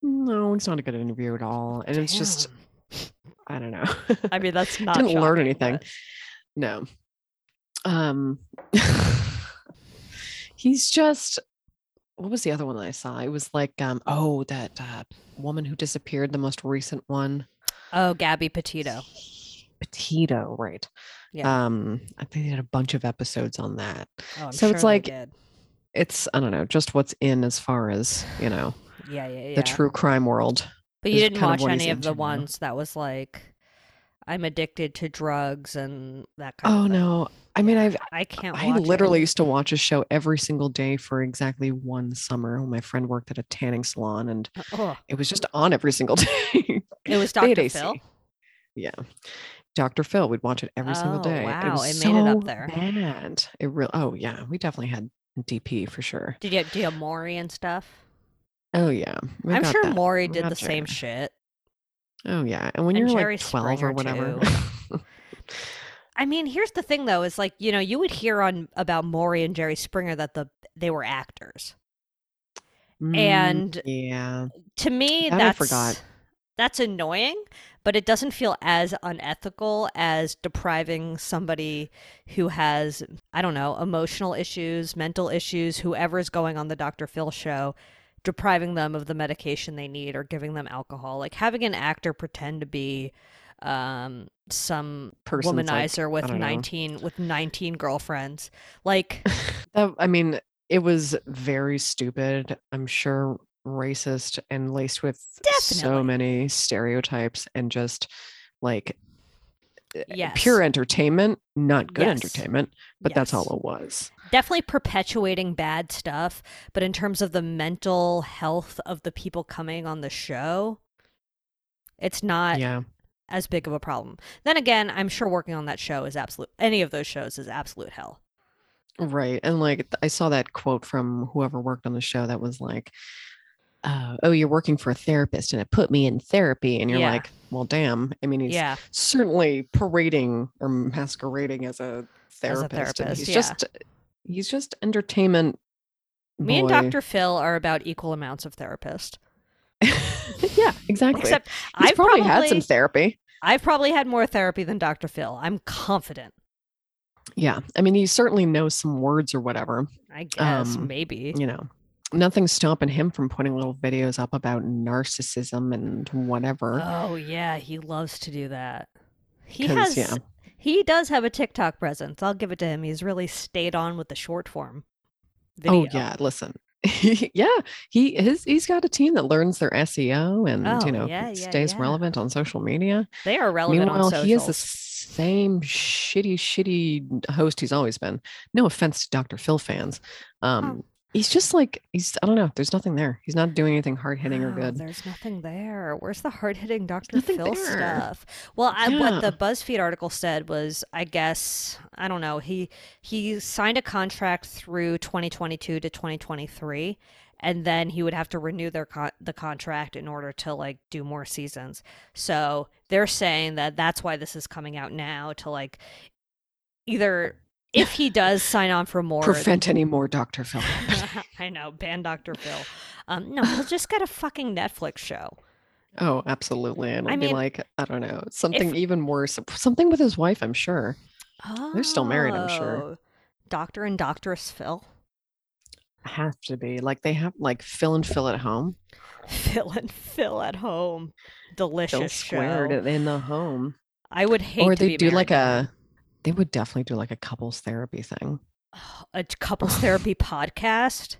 [SPEAKER 2] No, it's not a good interview at all. And it's just, I don't know.
[SPEAKER 3] I mean, that's not.
[SPEAKER 2] didn't learn
[SPEAKER 3] shocking,
[SPEAKER 2] anything.
[SPEAKER 3] but-
[SPEAKER 2] No. Um he's just what was the other one that I saw? It was like um oh that uh, woman who disappeared, the most recent one.
[SPEAKER 3] Oh, Gabby Petito.
[SPEAKER 2] Petito, right.
[SPEAKER 3] Yeah.
[SPEAKER 2] Um I think they had a bunch of episodes on that.
[SPEAKER 3] Oh, I'm
[SPEAKER 2] So it's
[SPEAKER 3] sure they
[SPEAKER 2] like-
[SPEAKER 3] did.
[SPEAKER 2] it's I don't know, just what's in as far as you know
[SPEAKER 3] Yeah, yeah, yeah.
[SPEAKER 2] the true crime world.
[SPEAKER 3] But you
[SPEAKER 2] is
[SPEAKER 3] didn't
[SPEAKER 2] kind of
[SPEAKER 3] watch
[SPEAKER 2] what he's
[SPEAKER 3] any of the
[SPEAKER 2] into now.
[SPEAKER 3] ones that was like, I'm addicted to drugs and that kind
[SPEAKER 2] Oh
[SPEAKER 3] of thing.
[SPEAKER 2] no, I mean I've
[SPEAKER 3] I can't watch
[SPEAKER 2] I
[SPEAKER 3] it.
[SPEAKER 2] literally used to watch a show every single day for exactly one summer. when My friend worked at a tanning salon, and
[SPEAKER 3] Ugh.
[SPEAKER 2] it was just on every single day.
[SPEAKER 3] It was
[SPEAKER 2] They had
[SPEAKER 3] Dr.
[SPEAKER 2] AC.
[SPEAKER 3] Phil.
[SPEAKER 2] Yeah, Dr. Phil. We'd watch it every single
[SPEAKER 3] Oh,
[SPEAKER 2] day.
[SPEAKER 3] wow,
[SPEAKER 2] was
[SPEAKER 3] it made it up
[SPEAKER 2] so
[SPEAKER 3] there.
[SPEAKER 2] Bad. It really. Oh yeah, we definitely had DP for sure.
[SPEAKER 3] Did you have, do you have Maury and stuff?
[SPEAKER 2] Oh yeah, we
[SPEAKER 3] I'm
[SPEAKER 2] got
[SPEAKER 3] sure
[SPEAKER 2] that.
[SPEAKER 3] Maury
[SPEAKER 2] We
[SPEAKER 3] did
[SPEAKER 2] got
[SPEAKER 3] the same
[SPEAKER 2] there.
[SPEAKER 3] shit.
[SPEAKER 2] Oh yeah, and when
[SPEAKER 3] And
[SPEAKER 2] you're
[SPEAKER 3] Jerry
[SPEAKER 2] like 12 or
[SPEAKER 3] Springer,
[SPEAKER 2] whatever.
[SPEAKER 3] I mean, here's the thing though, is like, you know, you would hear on about Maury and Jerry Springer that the they were actors.
[SPEAKER 2] Mm,
[SPEAKER 3] And
[SPEAKER 2] yeah,
[SPEAKER 3] to me
[SPEAKER 2] That I
[SPEAKER 3] that's
[SPEAKER 2] forgot.
[SPEAKER 3] that's annoying but it doesn't feel as unethical as depriving somebody who has i don't know emotional issues mental issues whoever's going on the dr phil show depriving them of the medication they need or giving them alcohol like having an actor pretend to be um some
[SPEAKER 2] Person that's like,
[SPEAKER 3] womanizer
[SPEAKER 2] I
[SPEAKER 3] with
[SPEAKER 2] don't know.
[SPEAKER 3] 19 with 19 girlfriends like
[SPEAKER 2] that, I mean, it was very stupid. I'm sure racist and laced with so
[SPEAKER 3] Definitely.
[SPEAKER 2] many stereotypes and just like eh,
[SPEAKER 3] yes
[SPEAKER 2] pure entertainment, not good
[SPEAKER 3] Yes.
[SPEAKER 2] entertainment, but that's all
[SPEAKER 3] Yes.
[SPEAKER 2] it was.
[SPEAKER 3] definitely perpetuating bad stuff, but in terms of the mental health of the people coming on the show, it's not
[SPEAKER 2] yeah,
[SPEAKER 3] as big of a problem. Then again, I'm sure working on that show is absolute any of those shows is absolute hell.
[SPEAKER 2] right. And like th- I saw that quote from whoever worked on the show that was like, uh, "Oh, you're working for a therapist, and it put me in therapy," and you're
[SPEAKER 3] Yeah.
[SPEAKER 2] like, "Well, damn." I mean, he's
[SPEAKER 3] yeah.
[SPEAKER 2] certainly parading or masquerading as a therapist. and
[SPEAKER 3] therapist,
[SPEAKER 2] he's
[SPEAKER 3] yeah.
[SPEAKER 2] just he's just entertainment.
[SPEAKER 3] Me and
[SPEAKER 2] boy.
[SPEAKER 3] Dr. Phil are about equal amounts of therapist.
[SPEAKER 2] yeah, exactly.
[SPEAKER 3] Except
[SPEAKER 2] he's
[SPEAKER 3] I've
[SPEAKER 2] probably, had some therapy.
[SPEAKER 3] I've probably had more therapy than Dr. Phil. I'm confident.
[SPEAKER 2] Yeah, I mean, he certainly knows some words or whatever.
[SPEAKER 3] I guess
[SPEAKER 2] Um,
[SPEAKER 3] maybe.
[SPEAKER 2] You know, nothing's stopping him from putting little videos up about narcissism and whatever.
[SPEAKER 3] Oh yeah, he loves to do that. He
[SPEAKER 2] 'Cause,
[SPEAKER 3] has
[SPEAKER 2] yeah.
[SPEAKER 3] he does have a TikTok presence. I'll give it to him. He's really stayed on with the short form video.
[SPEAKER 2] oh yeah, listen. yeah, he his he's got a team that learns their SEO and
[SPEAKER 3] Oh,
[SPEAKER 2] you know
[SPEAKER 3] yeah, yeah,
[SPEAKER 2] stays
[SPEAKER 3] yeah.
[SPEAKER 2] relevant on social media.
[SPEAKER 3] They are relevant
[SPEAKER 2] Meanwhile,
[SPEAKER 3] on socials.
[SPEAKER 2] he is the same shitty, shitty host he's always been. No offense to Dr. Phil fans. Um, He's just like he's. I don't know. There's nothing there. He's not doing anything hard hitting or
[SPEAKER 3] Wow,
[SPEAKER 2] good.
[SPEAKER 3] There's nothing there. Where's the hard hitting Dr.
[SPEAKER 2] nothing
[SPEAKER 3] Phil
[SPEAKER 2] there.
[SPEAKER 3] stuff? Well, I, what
[SPEAKER 2] Yeah.
[SPEAKER 3] the BuzzFeed article said was, I guess I don't know. He he signed a contract through 2022 to 2023, and then he would have to renew their con- the contract in order to like do more seasons. So they're saying that that's why this is coming out now to like either if he does sign on for more.
[SPEAKER 2] Prevent any more Dr. Phil.
[SPEAKER 3] I know, ban Dr. Phil. Um, no, he'll just get a fucking Netflix show.
[SPEAKER 2] oh, absolutely. And
[SPEAKER 3] I
[SPEAKER 2] I'll be
[SPEAKER 3] mean,
[SPEAKER 2] like, I don't know, something even worse. Something with his wife, I'm sure.
[SPEAKER 3] Oh,
[SPEAKER 2] still married, I'm sure.
[SPEAKER 3] Doctor and Doctress Phil.
[SPEAKER 2] Have to be like they have like Phil and Phil at home.
[SPEAKER 3] Phil and Phil at home.
[SPEAKER 2] Phil
[SPEAKER 3] Delicious
[SPEAKER 2] squared
[SPEAKER 3] show.
[SPEAKER 2] in the home,
[SPEAKER 3] I would hate
[SPEAKER 2] or
[SPEAKER 3] to
[SPEAKER 2] they
[SPEAKER 3] be
[SPEAKER 2] do like
[SPEAKER 3] married
[SPEAKER 2] a. They would definitely do like a couples therapy thing.
[SPEAKER 3] to a couples therapy podcast.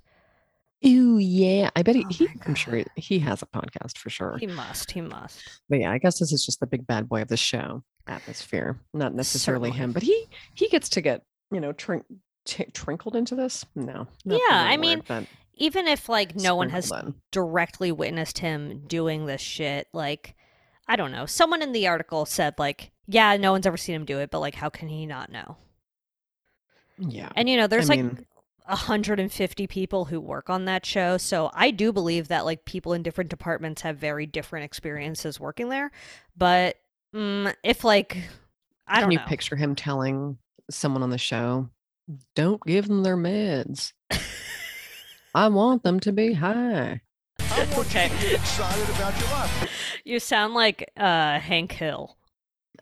[SPEAKER 2] Ew, yeah. I bet he,
[SPEAKER 3] Oh
[SPEAKER 2] he
[SPEAKER 3] my
[SPEAKER 2] I'm sure he, he has a podcast for sure.
[SPEAKER 3] He must. He must.
[SPEAKER 2] But yeah, I guess this is just the big bad boy of the show atmosphere, not necessarily
[SPEAKER 3] Certainly.
[SPEAKER 2] him, but he he gets to get you know trink t- trinkled into this. No, not the
[SPEAKER 3] Yeah,
[SPEAKER 2] right
[SPEAKER 3] I mean,
[SPEAKER 2] word, but
[SPEAKER 3] Even if like no one has
[SPEAKER 2] sprinkled in.
[SPEAKER 3] directly witnessed him doing this shit, like I don't know. Someone in the article said like, yeah, no one's ever seen him do it, but like how can he not know?
[SPEAKER 2] Yeah,
[SPEAKER 3] And you know, there's like
[SPEAKER 2] mean-
[SPEAKER 3] 150 people who work on that show, so I do believe that like people in different departments have very different experiences working there. But mm, if like I
[SPEAKER 2] can
[SPEAKER 3] don't
[SPEAKER 2] you
[SPEAKER 3] know,
[SPEAKER 2] picture him telling someone on the show, "Don't give them their meds. I want them to be high."
[SPEAKER 4] I want
[SPEAKER 3] Okay.
[SPEAKER 4] you to get excited about your life.
[SPEAKER 3] you sound like uh, Hank Hill.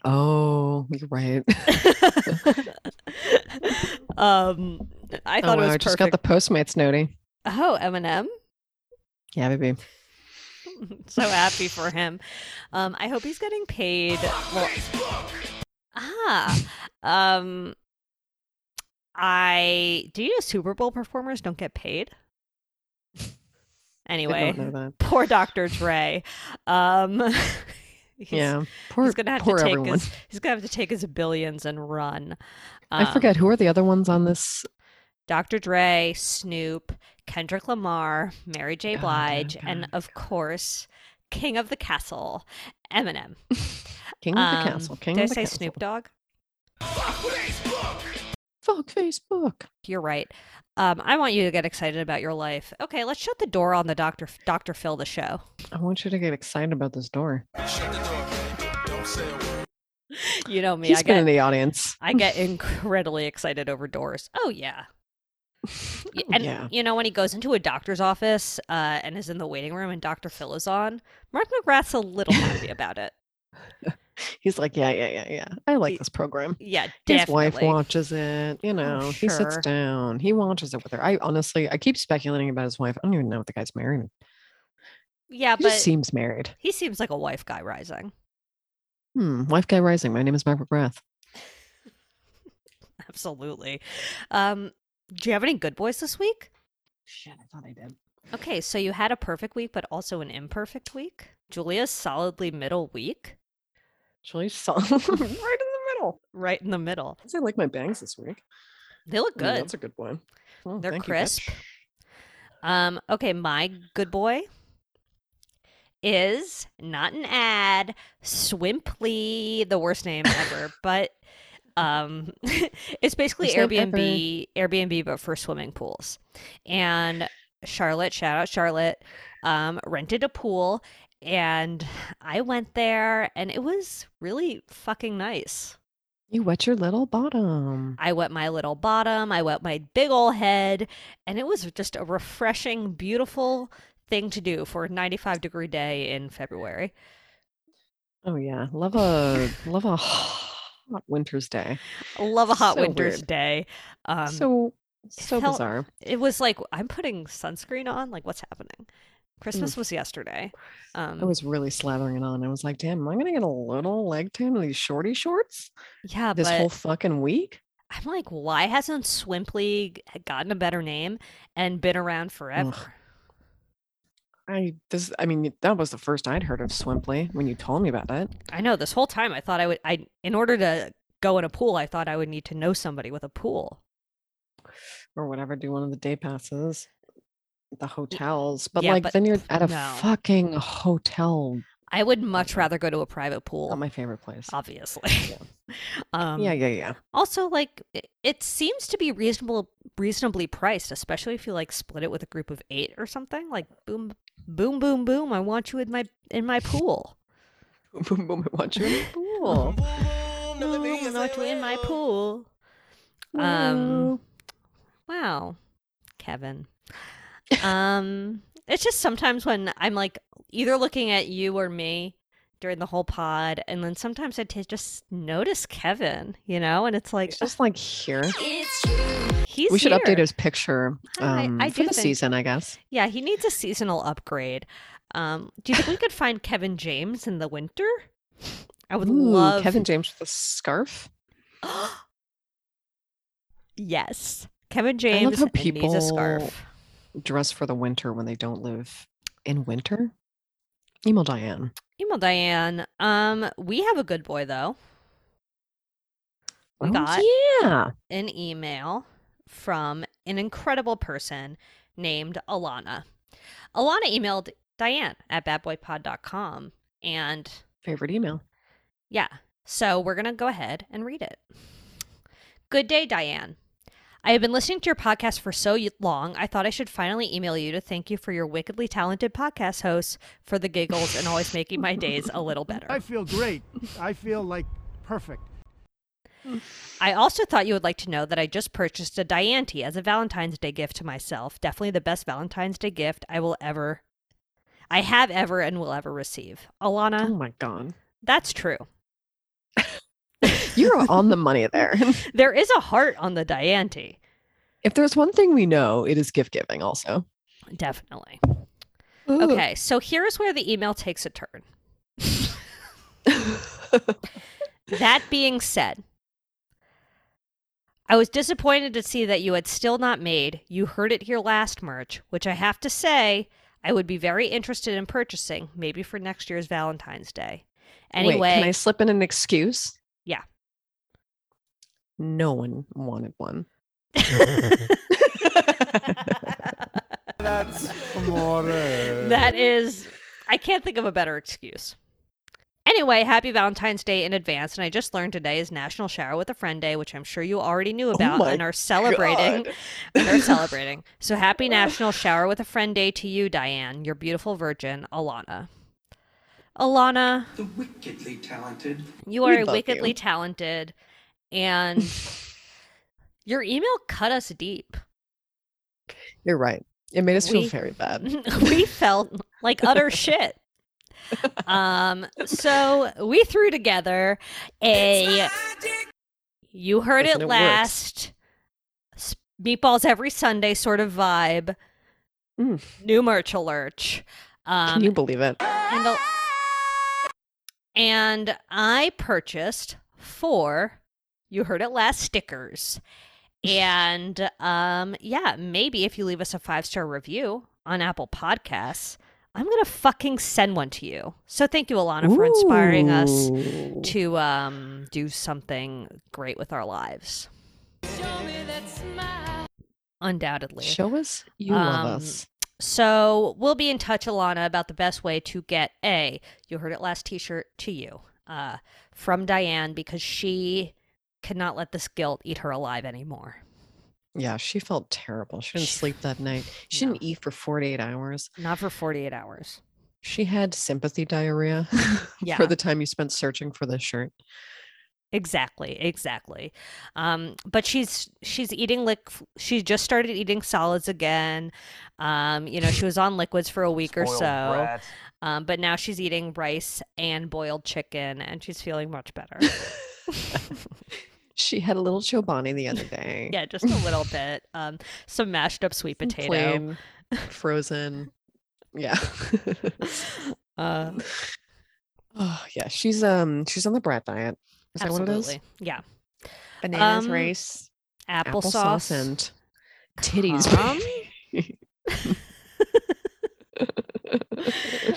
[SPEAKER 2] Oh, you're right.
[SPEAKER 3] um, I
[SPEAKER 2] oh, wow,
[SPEAKER 3] thought it was
[SPEAKER 2] I just got
[SPEAKER 3] perfect.
[SPEAKER 2] the Postmates noty.
[SPEAKER 3] Oh, Eminem.
[SPEAKER 2] Yeah, baby.
[SPEAKER 3] so happy for him. Um, I hope he's getting paid. well- ah, um, I do you know Super Bowl performers don't get paid?
[SPEAKER 2] I
[SPEAKER 3] anyway,
[SPEAKER 2] don't know that.
[SPEAKER 3] poor Dr. Dre. Um he's-
[SPEAKER 2] yeah. Poor,
[SPEAKER 3] he's gonna have
[SPEAKER 2] poor
[SPEAKER 3] to take
[SPEAKER 2] everyone.
[SPEAKER 3] his he's gonna have to take his billions and run.
[SPEAKER 2] I forget who are the other ones on this.
[SPEAKER 3] Dr. Dre, Snoop, Kendrick Lamar, Mary
[SPEAKER 2] Oh,
[SPEAKER 3] J.
[SPEAKER 2] God,
[SPEAKER 3] Blige, and
[SPEAKER 2] okay.
[SPEAKER 3] of course, King of the Castle, Eminem.
[SPEAKER 2] King of the
[SPEAKER 3] Um,
[SPEAKER 2] Castle. King
[SPEAKER 3] did
[SPEAKER 2] of the
[SPEAKER 3] I say
[SPEAKER 2] Castle.
[SPEAKER 3] Snoop Dogg?
[SPEAKER 2] Fuck Facebook.
[SPEAKER 3] You're right. Um, I want you to get excited about your life. Okay, let's shut the door on the Dr. F- Dr. Phil the show.
[SPEAKER 2] I want you to get excited about this door.
[SPEAKER 4] Shut the door, baby. Don't say a word.
[SPEAKER 3] You know me.
[SPEAKER 2] He's
[SPEAKER 3] I
[SPEAKER 2] been
[SPEAKER 3] get
[SPEAKER 2] in the audience.
[SPEAKER 3] I get incredibly excited over doors. Oh yeah. Y-
[SPEAKER 2] Oh,
[SPEAKER 3] And
[SPEAKER 2] yeah.
[SPEAKER 3] you know when he goes into a doctor's office uh, and is in the waiting room and Dr. Phil is on, Mark McGrath's a little happy about it.
[SPEAKER 2] He's like, yeah, yeah, yeah, yeah. I like
[SPEAKER 3] He-
[SPEAKER 2] this program.
[SPEAKER 3] Yeah,
[SPEAKER 2] His
[SPEAKER 3] definitely. Oh,
[SPEAKER 2] wife watches it. You know, he sits
[SPEAKER 3] sure.
[SPEAKER 2] down. He watches it with her. I honestly, I keep speculating about his wife. I don't even know if the guy's married.
[SPEAKER 3] Yeah,
[SPEAKER 2] He
[SPEAKER 3] but
[SPEAKER 2] just seems married.
[SPEAKER 3] he seems like a wife guy rising.
[SPEAKER 2] Hmm. Wife guy rising. My name is Mark McGrath.
[SPEAKER 3] Absolutely. Um, do you have any good boys this week?
[SPEAKER 2] Shit, I thought I did.
[SPEAKER 3] Okay, so you had a perfect week, but also an imperfect week. Julia's solidly middle week,
[SPEAKER 2] Julie's solid. right in the middle.
[SPEAKER 3] right in the middle.
[SPEAKER 2] I like my bangs this week.
[SPEAKER 3] They look good.
[SPEAKER 2] that's a good one. Oh,
[SPEAKER 3] They're thank you, bitch. crisp. Um, okay, my good boy is not an ad, Swimply, the worst name ever, but um it's basically
[SPEAKER 2] Worst name ever.
[SPEAKER 3] Airbnb, Airbnb but for swimming pools. And Charlotte, shout out Charlotte, um rented a pool and I went there and it was really fucking nice.
[SPEAKER 2] You wet your little bottom.
[SPEAKER 3] I wet my little bottom, I wet my big ol' head, and it was just a refreshing, beautiful thing to do for a 95 degree day in February.
[SPEAKER 2] Oh yeah, love a love a hot winter's day.
[SPEAKER 3] Love a hot
[SPEAKER 2] So
[SPEAKER 3] winter's
[SPEAKER 2] weird.
[SPEAKER 3] day. Um,
[SPEAKER 2] so so
[SPEAKER 3] hell-
[SPEAKER 2] bizarre.
[SPEAKER 3] it was like I'm putting sunscreen on. Like, what's happening? Christmas was yesterday. Um,
[SPEAKER 2] I Mm. was really slathering it on. I was like, damn, am I gonna get a little leg tan in these shorty shorts
[SPEAKER 3] yeah,
[SPEAKER 2] this
[SPEAKER 3] Uh, but
[SPEAKER 2] whole fucking week?
[SPEAKER 3] I'm like, why hasn't Swimp League gotten a better name and been around forever?
[SPEAKER 2] I this I mean that was the first I'd heard of Swimply when you told me about it.
[SPEAKER 3] I know this whole time I thought I would. I in order to go in a pool, I thought I would need to know somebody with a pool.
[SPEAKER 2] or whatever, do one of the day passes, the hotels. But
[SPEAKER 3] yeah,
[SPEAKER 2] like
[SPEAKER 3] but
[SPEAKER 2] then you're at a
[SPEAKER 3] no.
[SPEAKER 2] fucking hotel.
[SPEAKER 3] I would much rather go to a private pool,
[SPEAKER 2] Not my favorite place.
[SPEAKER 3] obviously.
[SPEAKER 2] Yeah.
[SPEAKER 3] um,
[SPEAKER 2] yeah, yeah, yeah.
[SPEAKER 3] Also, like it, it seems to be reasonable, reasonably priced, especially if you like split it with a group of eight or something. Like boom, boom, boom, boom. I want you in my in my pool.
[SPEAKER 2] Boom, boom, boom. I want you in the pool.
[SPEAKER 4] Boom, boom,
[SPEAKER 3] Boom, I want you in my pool.
[SPEAKER 2] Wow.
[SPEAKER 3] Um, Wow, Kevin. Um, it's just sometimes when I'm like either looking at you or me during the whole pod, and then sometimes I t- just notice Kevin, you know, and it's like
[SPEAKER 2] it's just like here.
[SPEAKER 3] he's
[SPEAKER 2] we should
[SPEAKER 3] here.
[SPEAKER 2] update his picture
[SPEAKER 3] Hi,
[SPEAKER 2] um,
[SPEAKER 3] I
[SPEAKER 2] for the
[SPEAKER 3] do think-
[SPEAKER 2] season, I guess.
[SPEAKER 3] Yeah, he needs a seasonal upgrade. Um, do you think we could find Kevin James in the winter? I would
[SPEAKER 2] Ooh,
[SPEAKER 3] love
[SPEAKER 2] Kevin James with a scarf.
[SPEAKER 3] yes, Kevin
[SPEAKER 2] I
[SPEAKER 3] James
[SPEAKER 2] love how
[SPEAKER 3] and needs a
[SPEAKER 2] people
[SPEAKER 3] scarf.
[SPEAKER 2] dress for the winter when they don't live in winter. Email Diane.
[SPEAKER 3] Email Diane. Um, we have a good boy though. We
[SPEAKER 2] Oh,
[SPEAKER 3] got
[SPEAKER 2] yeah.
[SPEAKER 3] an email from an incredible person named Alana. Alana emailed Diane at badboypod.com and
[SPEAKER 2] Favorite email.
[SPEAKER 3] Yeah. So we're going to go ahead and read it. Good day, Diane. I have been listening to your podcast for so y- long, I thought I should finally email you to thank you for your wickedly talented podcast hosts for the giggles and always making my days a little
[SPEAKER 5] I
[SPEAKER 3] better.
[SPEAKER 5] feel great. I feel like perfect.
[SPEAKER 3] I also thought you would like to know that I just purchased a Diante as a Valentine's Day gift to myself. Definitely the best Valentine's Day gift I will ever, I have ever and will ever receive. Alana,
[SPEAKER 2] Oh my God.
[SPEAKER 3] that's true.
[SPEAKER 2] You're on the money there.
[SPEAKER 3] There is a heart on the Diante.
[SPEAKER 2] If there's one thing we know, it is gift giving also.
[SPEAKER 3] Definitely.
[SPEAKER 2] Ooh.
[SPEAKER 3] Okay, so here's where the email takes a turn. that being said, I was disappointed to see that you had still not made You Heard It Here Last merch, which I have to say, I would be very interested in purchasing, maybe for next year's Valentine's Day. Anyway,
[SPEAKER 2] Wait, can I slip in an excuse?
[SPEAKER 3] Yeah.
[SPEAKER 2] No one wanted one.
[SPEAKER 3] that is i can't think of a better excuse anyway happy valentine's day in advance and i just learned today is national shower with a friend day which i'm sure you already knew about
[SPEAKER 2] Oh my
[SPEAKER 3] and are celebrating
[SPEAKER 2] God.
[SPEAKER 3] and are celebrating so happy national shower with a friend day to you diane your beautiful virgin alana alana
[SPEAKER 6] The wickedly talented.
[SPEAKER 3] you
[SPEAKER 2] We
[SPEAKER 3] are
[SPEAKER 2] love
[SPEAKER 3] wickedly
[SPEAKER 2] you.
[SPEAKER 3] talented and your email cut us deep
[SPEAKER 2] You're right. It made us
[SPEAKER 3] We-
[SPEAKER 2] feel very bad.
[SPEAKER 3] we felt like utter shit. Um, so we threw together a you heard
[SPEAKER 2] Listen,
[SPEAKER 3] it
[SPEAKER 2] it works.
[SPEAKER 3] last s- meatballs every Sunday sort of vibe.
[SPEAKER 2] Mm.
[SPEAKER 3] New merch alert. Um,
[SPEAKER 2] Can you believe it?
[SPEAKER 3] and, the- and I purchased four you heard it last stickers. And um yeah, maybe if you leave us a five-star review on Apple Podcasts, I'm going to fucking send one to you. So thank you Alana for inspiring us
[SPEAKER 2] Ooh.
[SPEAKER 3] to um do something great with our lives. Undoubtedly.
[SPEAKER 2] Show us you love
[SPEAKER 3] Um,
[SPEAKER 2] us.
[SPEAKER 3] So we'll be in touch, Alana, about the best way to get a you heard it last t-shirt to you uh, from Diane because she cannot let this guilt eat her alive anymore.
[SPEAKER 2] Yeah, she felt terrible. She didn't
[SPEAKER 3] She-
[SPEAKER 2] sleep that night. She
[SPEAKER 3] No.
[SPEAKER 2] didn't eat for 48 hours.
[SPEAKER 3] Not for 48 hours.
[SPEAKER 2] She had sympathy diarrhea
[SPEAKER 3] Yeah.
[SPEAKER 2] for the time you spent searching for this shirt.
[SPEAKER 3] Exactly, exactly. Um, but she's she's eating like she just started eating solids again. Um, you know, she was on liquids for a week or
[SPEAKER 1] Spoiled
[SPEAKER 3] so,
[SPEAKER 1] brats.
[SPEAKER 3] um, but now she's eating rice and boiled chicken, and she's feeling much better.
[SPEAKER 2] She had a little chobani the other day.
[SPEAKER 3] Yeah, just a little bit. Um, some mashed up sweet potato.
[SPEAKER 2] Plain, frozen. Yeah.
[SPEAKER 3] Uh,
[SPEAKER 2] oh yeah. She's um she's on the brat diet. Is that what it is?
[SPEAKER 3] absolutely. Yeah.
[SPEAKER 2] Bananas,
[SPEAKER 3] Um,
[SPEAKER 2] rice,
[SPEAKER 3] Applesauce.
[SPEAKER 2] applesauce, and titties.
[SPEAKER 3] cum.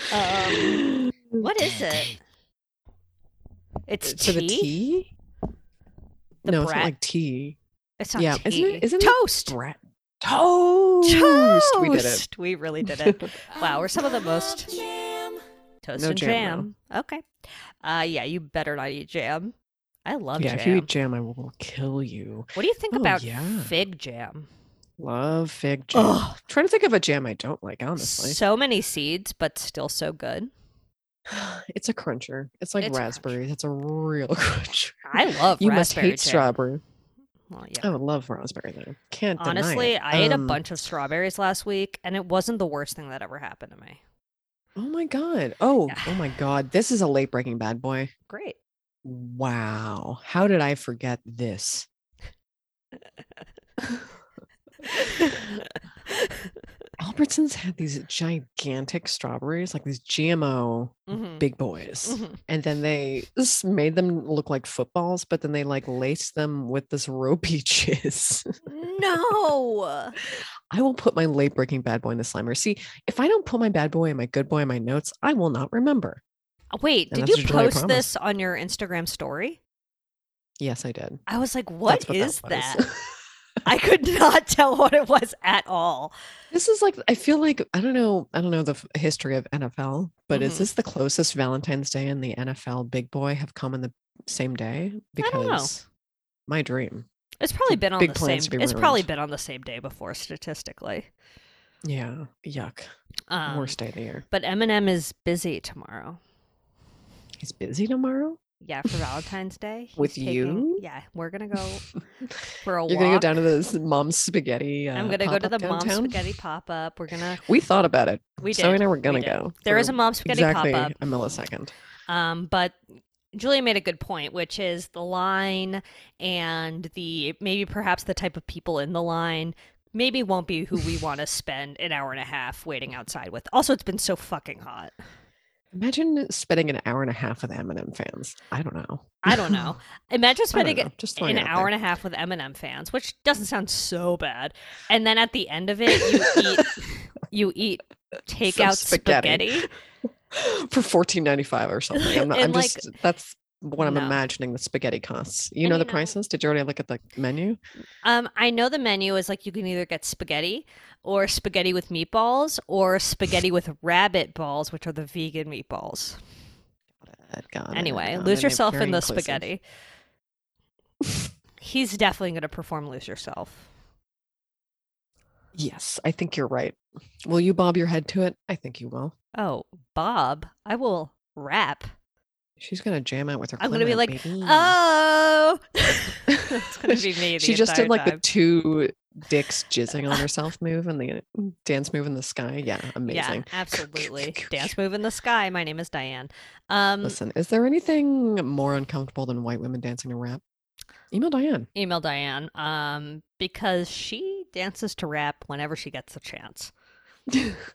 [SPEAKER 3] Um, what is it? It's
[SPEAKER 2] to the
[SPEAKER 3] tea?
[SPEAKER 2] tea?
[SPEAKER 3] The
[SPEAKER 2] no, it's
[SPEAKER 3] brat-
[SPEAKER 2] not like tea.
[SPEAKER 3] It's not
[SPEAKER 2] Yeah,
[SPEAKER 3] tea.
[SPEAKER 2] isn't it- isn't it
[SPEAKER 3] toast.
[SPEAKER 2] Brat. Toast.
[SPEAKER 3] Toast.
[SPEAKER 2] We did it.
[SPEAKER 3] We really did it. wow, we're some of the most toast
[SPEAKER 2] No
[SPEAKER 3] and jam.
[SPEAKER 2] jam,
[SPEAKER 3] Okay. Uh, yeah, you better not eat jam. I love
[SPEAKER 2] yeah,
[SPEAKER 3] jam.
[SPEAKER 2] if you eat jam, I will kill you.
[SPEAKER 3] What do you think
[SPEAKER 2] Oh,
[SPEAKER 3] about
[SPEAKER 2] yeah.
[SPEAKER 3] fig jam?
[SPEAKER 2] Love fig jam.
[SPEAKER 3] Ugh.
[SPEAKER 2] Trying to think of a jam I don't like, honestly.
[SPEAKER 3] So many seeds, but still so good.
[SPEAKER 2] It's a cruncher. It's like
[SPEAKER 3] It's a cruncher.
[SPEAKER 2] raspberries. It's a real cruncher.
[SPEAKER 3] I love
[SPEAKER 2] You must
[SPEAKER 3] raspberry
[SPEAKER 2] hate
[SPEAKER 3] jam.
[SPEAKER 2] strawberry.
[SPEAKER 3] Well, yeah.
[SPEAKER 2] I would love raspberry though. Can't deny
[SPEAKER 3] Honestly,
[SPEAKER 2] it.
[SPEAKER 3] I ate a
[SPEAKER 2] Um,
[SPEAKER 3] bunch of strawberries last week, and it wasn't the worst thing that ever happened to me.
[SPEAKER 2] Oh my god. Oh,
[SPEAKER 3] Yeah.
[SPEAKER 2] oh my god. This is a late breaking bad boy.
[SPEAKER 3] Great.
[SPEAKER 2] Wow. How did I forget this? Albertsons had these gigantic strawberries, like these GMO
[SPEAKER 3] Mhm,
[SPEAKER 2] big boys.
[SPEAKER 3] mhm.
[SPEAKER 2] And then they s- made them look like footballs, but then they like laced them with this ropey cheese.
[SPEAKER 3] No.
[SPEAKER 2] I will put my late breaking bad boy in the slimer. See, if I don't put my bad boy and my good boy in my notes, I will not remember.
[SPEAKER 3] Wait,
[SPEAKER 2] And
[SPEAKER 3] did
[SPEAKER 2] that's
[SPEAKER 3] you
[SPEAKER 2] what Julia
[SPEAKER 3] post
[SPEAKER 2] promised.
[SPEAKER 3] this on your Instagram story?
[SPEAKER 2] Yes, I did.
[SPEAKER 3] I was like,
[SPEAKER 2] That's
[SPEAKER 3] what is that?
[SPEAKER 2] was.
[SPEAKER 3] I could not tell what it was at all.
[SPEAKER 2] This is like I feel like I don't know I don't know the f- history of NFL, but
[SPEAKER 3] Mhm.
[SPEAKER 2] is this the closest Valentine's Day and the NFL big boy have come in the same day?
[SPEAKER 3] I
[SPEAKER 2] Because
[SPEAKER 3] don't know.
[SPEAKER 2] my dream,
[SPEAKER 3] It's probably been on
[SPEAKER 2] Big
[SPEAKER 3] the same.
[SPEAKER 2] plans
[SPEAKER 3] It's
[SPEAKER 2] to be
[SPEAKER 3] probably
[SPEAKER 2] ruined.
[SPEAKER 3] been on the same day before, statistically.
[SPEAKER 2] yeah, yuck,
[SPEAKER 3] Um,
[SPEAKER 2] worst day of the year.
[SPEAKER 3] But Eminem is busy tomorrow.
[SPEAKER 2] He's busy tomorrow.
[SPEAKER 3] Yeah, for Valentine's Day. he's
[SPEAKER 2] With
[SPEAKER 3] taking-
[SPEAKER 2] you?
[SPEAKER 3] Yeah, we're gonna go for a
[SPEAKER 2] You're
[SPEAKER 3] walk.
[SPEAKER 2] gonna go down to this mom's spaghetti. Uh,
[SPEAKER 3] I'm gonna go to the
[SPEAKER 2] pop-up
[SPEAKER 3] mom
[SPEAKER 2] downtown?
[SPEAKER 3] spaghetti pop up. We're gonna
[SPEAKER 2] We thought about it.
[SPEAKER 3] we did.
[SPEAKER 2] Zoe and I were
[SPEAKER 3] We
[SPEAKER 2] gonna
[SPEAKER 3] did.
[SPEAKER 2] go.
[SPEAKER 3] There
[SPEAKER 2] for
[SPEAKER 3] is a mom spaghetti
[SPEAKER 2] exactly
[SPEAKER 3] pop
[SPEAKER 2] a millisecond.
[SPEAKER 3] up. Um, but Julia made a good point, which is the line and the maybe perhaps the type of people in the line maybe won't be who we want to spend an hour and a half waiting outside with. Also, it's been so fucking hot.
[SPEAKER 2] Imagine spending an hour and a half with Eminem fans. I don't know.
[SPEAKER 3] I don't know. Imagine
[SPEAKER 2] I don't
[SPEAKER 3] spending
[SPEAKER 2] know. Just throwing
[SPEAKER 3] an
[SPEAKER 2] it out
[SPEAKER 3] hour
[SPEAKER 2] there.
[SPEAKER 3] and a half with Eminem fans, which doesn't sound so bad. And then at the end of it, you eat you eat takeout
[SPEAKER 2] spaghetti.
[SPEAKER 3] spaghetti.
[SPEAKER 2] for fourteen ninety five or something. I'm, not, I'm
[SPEAKER 3] And, like,
[SPEAKER 2] just that's what I'm
[SPEAKER 3] no.
[SPEAKER 2] imagining the spaghetti costs. You
[SPEAKER 3] And
[SPEAKER 2] know the
[SPEAKER 3] you know-
[SPEAKER 2] prices? Did you already look at the menu?
[SPEAKER 3] Um, I know the menu is like you can either get spaghetti or spaghetti with meatballs or spaghetti with rabbit balls, which are the vegan meatballs.
[SPEAKER 2] God, I
[SPEAKER 3] Anyway,
[SPEAKER 2] don't know. They
[SPEAKER 3] lose
[SPEAKER 2] make
[SPEAKER 3] yourself
[SPEAKER 2] very
[SPEAKER 3] in the
[SPEAKER 2] inclusive-
[SPEAKER 3] spaghetti. He's definitely going to perform lose yourself.
[SPEAKER 2] Yes, I think you're right. Will you bob your head to it? I think you will.
[SPEAKER 3] Oh, Bob, I will rap.
[SPEAKER 2] She's gonna jam out with her.
[SPEAKER 3] I'm gonna be
[SPEAKER 2] Clement,
[SPEAKER 3] like,
[SPEAKER 2] baby.
[SPEAKER 3] Oh, it's gonna be me. The
[SPEAKER 2] she just did
[SPEAKER 3] entire
[SPEAKER 2] like the
[SPEAKER 3] time.
[SPEAKER 2] two dicks jizzing on herself move and the dance move in the sky. Yeah, amazing.
[SPEAKER 3] yeah, Mm. absolutely. Dance move in the sky. My name is Diane. Um,
[SPEAKER 2] Listen, is there anything more uncomfortable than white women dancing to rap? Email Diane.
[SPEAKER 3] email Diane. Um, because she dances to rap whenever she gets the chance.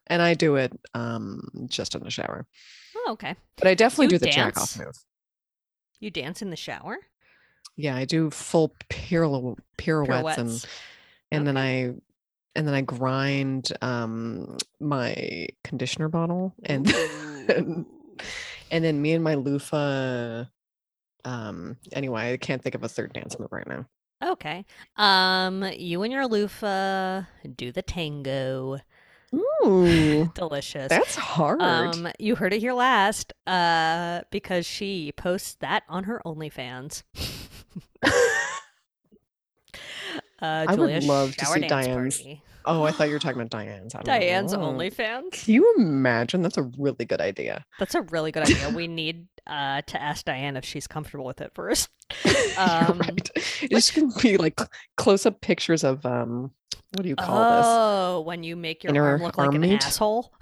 [SPEAKER 2] and I do it um just in the shower.
[SPEAKER 3] Oh, okay.
[SPEAKER 2] But I definitely
[SPEAKER 3] You
[SPEAKER 2] do the jack off
[SPEAKER 3] dance?
[SPEAKER 2] move.
[SPEAKER 3] You dance in the shower.
[SPEAKER 2] Yeah, I do full pirou- pirouettes,
[SPEAKER 3] Pirouettes.
[SPEAKER 2] and and then I and then I grind um my conditioner bottle and and, and then me and my loofah um anyway, I can't think of a third dance move right now.
[SPEAKER 3] Okay. Um, you and your loofah do the tango.
[SPEAKER 2] Ooh.
[SPEAKER 3] Delicious.
[SPEAKER 2] That's hard.
[SPEAKER 3] Um, you heard it here last, uh, because she posts that on her OnlyFans. uh,
[SPEAKER 2] I would
[SPEAKER 3] Julia's
[SPEAKER 2] love to
[SPEAKER 3] shower
[SPEAKER 2] see
[SPEAKER 3] dance
[SPEAKER 2] Diane's.
[SPEAKER 3] party.
[SPEAKER 2] oh, I thought you were talking about Diane's. I don't know.
[SPEAKER 3] Diane's OnlyFans.
[SPEAKER 2] Can you imagine? That's a really good idea.
[SPEAKER 3] That's a really good idea. We need uh, to ask Diane if she's comfortable with it first.
[SPEAKER 2] You're
[SPEAKER 3] Um,
[SPEAKER 2] right. It just can be like close up pictures of um what do you call this?
[SPEAKER 3] oh, when you make your
[SPEAKER 2] Inner
[SPEAKER 3] arm look like
[SPEAKER 2] arm
[SPEAKER 3] an
[SPEAKER 2] meat?
[SPEAKER 3] asshole.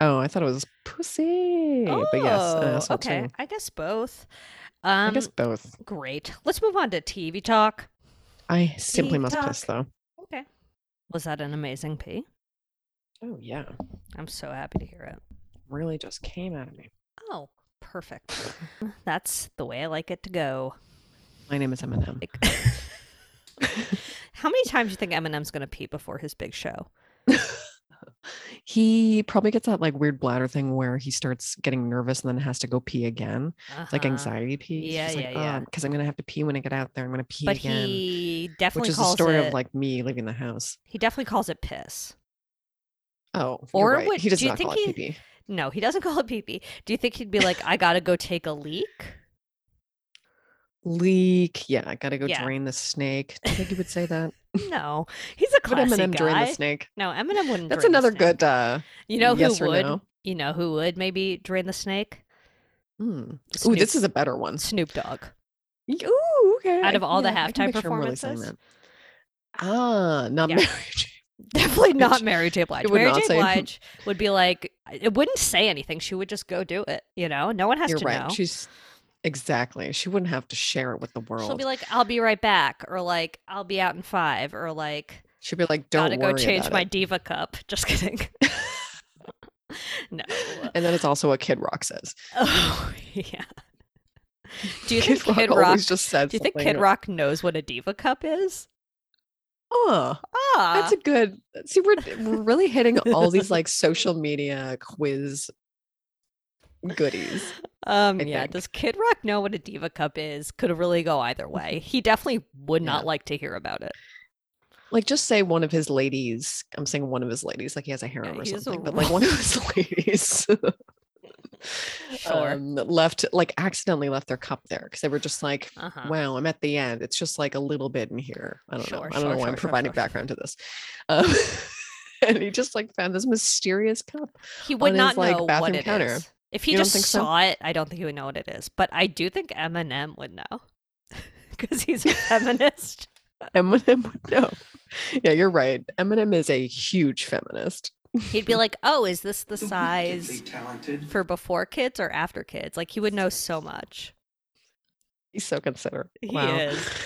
[SPEAKER 2] Oh, I thought it was pussy. but yes, an
[SPEAKER 3] Oh,
[SPEAKER 2] asshole
[SPEAKER 3] okay.
[SPEAKER 2] too.
[SPEAKER 3] I guess both.
[SPEAKER 2] I
[SPEAKER 3] Um,
[SPEAKER 2] guess both.
[SPEAKER 3] great. Let's move on to TV talk.
[SPEAKER 2] I simply must
[SPEAKER 3] TikTok.
[SPEAKER 2] piss though.
[SPEAKER 3] Okay. Was that an amazing pee?
[SPEAKER 2] Oh yeah.
[SPEAKER 3] I'm so happy to hear it.
[SPEAKER 2] Really just came out of me.
[SPEAKER 3] Oh, perfect. That's the way I like it to go.
[SPEAKER 2] My name is Eminem.
[SPEAKER 3] Like, how many times do you think Eminem's going to pee before his big show?
[SPEAKER 2] He probably gets that like weird bladder thing where he starts getting nervous and then has to go pee again. It's like
[SPEAKER 3] Uh-huh.
[SPEAKER 2] anxiety pee.
[SPEAKER 3] Yeah,
[SPEAKER 2] He's
[SPEAKER 3] yeah,
[SPEAKER 2] like,
[SPEAKER 3] yeah.
[SPEAKER 2] Because I'm gonna have to pee when I get out there. I'm gonna pee
[SPEAKER 3] But
[SPEAKER 2] again.
[SPEAKER 3] he definitely
[SPEAKER 2] which is the
[SPEAKER 3] calls
[SPEAKER 2] story
[SPEAKER 3] it,
[SPEAKER 2] of like me leaving the house.
[SPEAKER 3] he definitely calls it piss.
[SPEAKER 2] Oh, you're
[SPEAKER 3] Or
[SPEAKER 2] right.
[SPEAKER 3] would-
[SPEAKER 2] he does
[SPEAKER 3] do you
[SPEAKER 2] not
[SPEAKER 3] think
[SPEAKER 2] call it
[SPEAKER 3] he-
[SPEAKER 2] pee.
[SPEAKER 3] No, he doesn't call it pee pee. Do you think he'd be like, I gotta go take a leak?
[SPEAKER 2] leak. Yeah, I gotta go
[SPEAKER 3] Yeah.
[SPEAKER 2] drain the snake. Do you think you would say that?
[SPEAKER 3] No, he's a
[SPEAKER 2] Could
[SPEAKER 3] classy
[SPEAKER 2] Eminem
[SPEAKER 3] guy.
[SPEAKER 2] drain the snake?
[SPEAKER 3] No, Eminem wouldn't.
[SPEAKER 2] That's
[SPEAKER 3] drain the
[SPEAKER 2] another
[SPEAKER 3] snake.
[SPEAKER 2] good. uh
[SPEAKER 3] You know
[SPEAKER 2] yes
[SPEAKER 3] who
[SPEAKER 2] or
[SPEAKER 3] would?
[SPEAKER 2] no.
[SPEAKER 3] You know who would maybe drain the snake?
[SPEAKER 2] hmm. Ooh,
[SPEAKER 3] Snoop-
[SPEAKER 2] this is a better one.
[SPEAKER 3] Snoop Dogg.
[SPEAKER 2] Y- Ooh, okay.
[SPEAKER 3] Out
[SPEAKER 2] I-
[SPEAKER 3] of all the
[SPEAKER 2] yeah, I can
[SPEAKER 3] halftime
[SPEAKER 2] picture him really saying
[SPEAKER 3] performances?
[SPEAKER 2] that. Ah, not
[SPEAKER 3] Yeah.
[SPEAKER 2] married.
[SPEAKER 3] Definitely not
[SPEAKER 2] Which-
[SPEAKER 3] Mary J. Blige.
[SPEAKER 2] it would
[SPEAKER 3] Mary
[SPEAKER 2] not
[SPEAKER 3] J.
[SPEAKER 2] say-
[SPEAKER 3] Blige would be like, it wouldn't say anything. She would just go do it. You know, no one has
[SPEAKER 2] You're
[SPEAKER 3] to
[SPEAKER 2] right.
[SPEAKER 3] know.
[SPEAKER 2] She's exactly. She wouldn't have to share it with the world.
[SPEAKER 3] She'll be like, "I'll be right back," or like, "I'll be out in five, or like,
[SPEAKER 2] She'd be like,
[SPEAKER 3] "Gotta
[SPEAKER 2] "Don't
[SPEAKER 3] go
[SPEAKER 2] worry
[SPEAKER 3] change
[SPEAKER 2] about
[SPEAKER 3] my
[SPEAKER 2] it."
[SPEAKER 3] diva cup." Just kidding. no.
[SPEAKER 2] And then it's also what Kid Rock says.
[SPEAKER 3] Oh yeah. Do you think
[SPEAKER 2] Kid Rock
[SPEAKER 3] Kid Rock?
[SPEAKER 2] always just says.
[SPEAKER 3] do you think
[SPEAKER 2] something
[SPEAKER 3] Kid Rock knows what a diva cup is?
[SPEAKER 2] Oh,
[SPEAKER 3] Ah,
[SPEAKER 2] That's a good. See, we're we're really hitting all these like social media quiz goodies.
[SPEAKER 3] um,
[SPEAKER 2] I
[SPEAKER 3] yeah.
[SPEAKER 2] think.
[SPEAKER 3] Does Kid Rock know what a diva cup is? Could really go either way. He definitely would not
[SPEAKER 2] Yeah.
[SPEAKER 3] like to hear about it.
[SPEAKER 2] Like, just say one of his ladies. I'm saying one of his ladies. Like he has a harem or
[SPEAKER 3] he has a
[SPEAKER 2] something, but like one of his ladies.
[SPEAKER 3] Sure.
[SPEAKER 2] um, left like accidentally left their cup there because they were just like,
[SPEAKER 3] uh-huh.
[SPEAKER 2] "Wow, I'm at the end. It's just like a little bit in here." I don't know.
[SPEAKER 3] Sure,
[SPEAKER 2] I don't know
[SPEAKER 3] sure,
[SPEAKER 2] why I'm
[SPEAKER 3] sure, sure,
[SPEAKER 2] providing
[SPEAKER 3] sure.
[SPEAKER 2] background to this. Um, and he just like found this mysterious cup.
[SPEAKER 3] He would
[SPEAKER 2] on
[SPEAKER 3] not
[SPEAKER 2] his, like,
[SPEAKER 3] know what
[SPEAKER 2] bathroom
[SPEAKER 3] it is.
[SPEAKER 2] counter.
[SPEAKER 3] If he
[SPEAKER 2] You don't
[SPEAKER 3] just
[SPEAKER 2] think so?
[SPEAKER 3] saw it, I don't think he would know what it is. But I do think Eminem would know because he's a feminist.
[SPEAKER 2] Eminem would know. Yeah, you're right. Eminem is a huge feminist.
[SPEAKER 3] He'd be like, "Oh, is this the
[SPEAKER 6] The
[SPEAKER 3] size
[SPEAKER 6] wickedly talented.
[SPEAKER 3] for before kids or after kids?" Like he would know so much.
[SPEAKER 2] He's so considerate.
[SPEAKER 3] He
[SPEAKER 2] Wow.
[SPEAKER 3] is.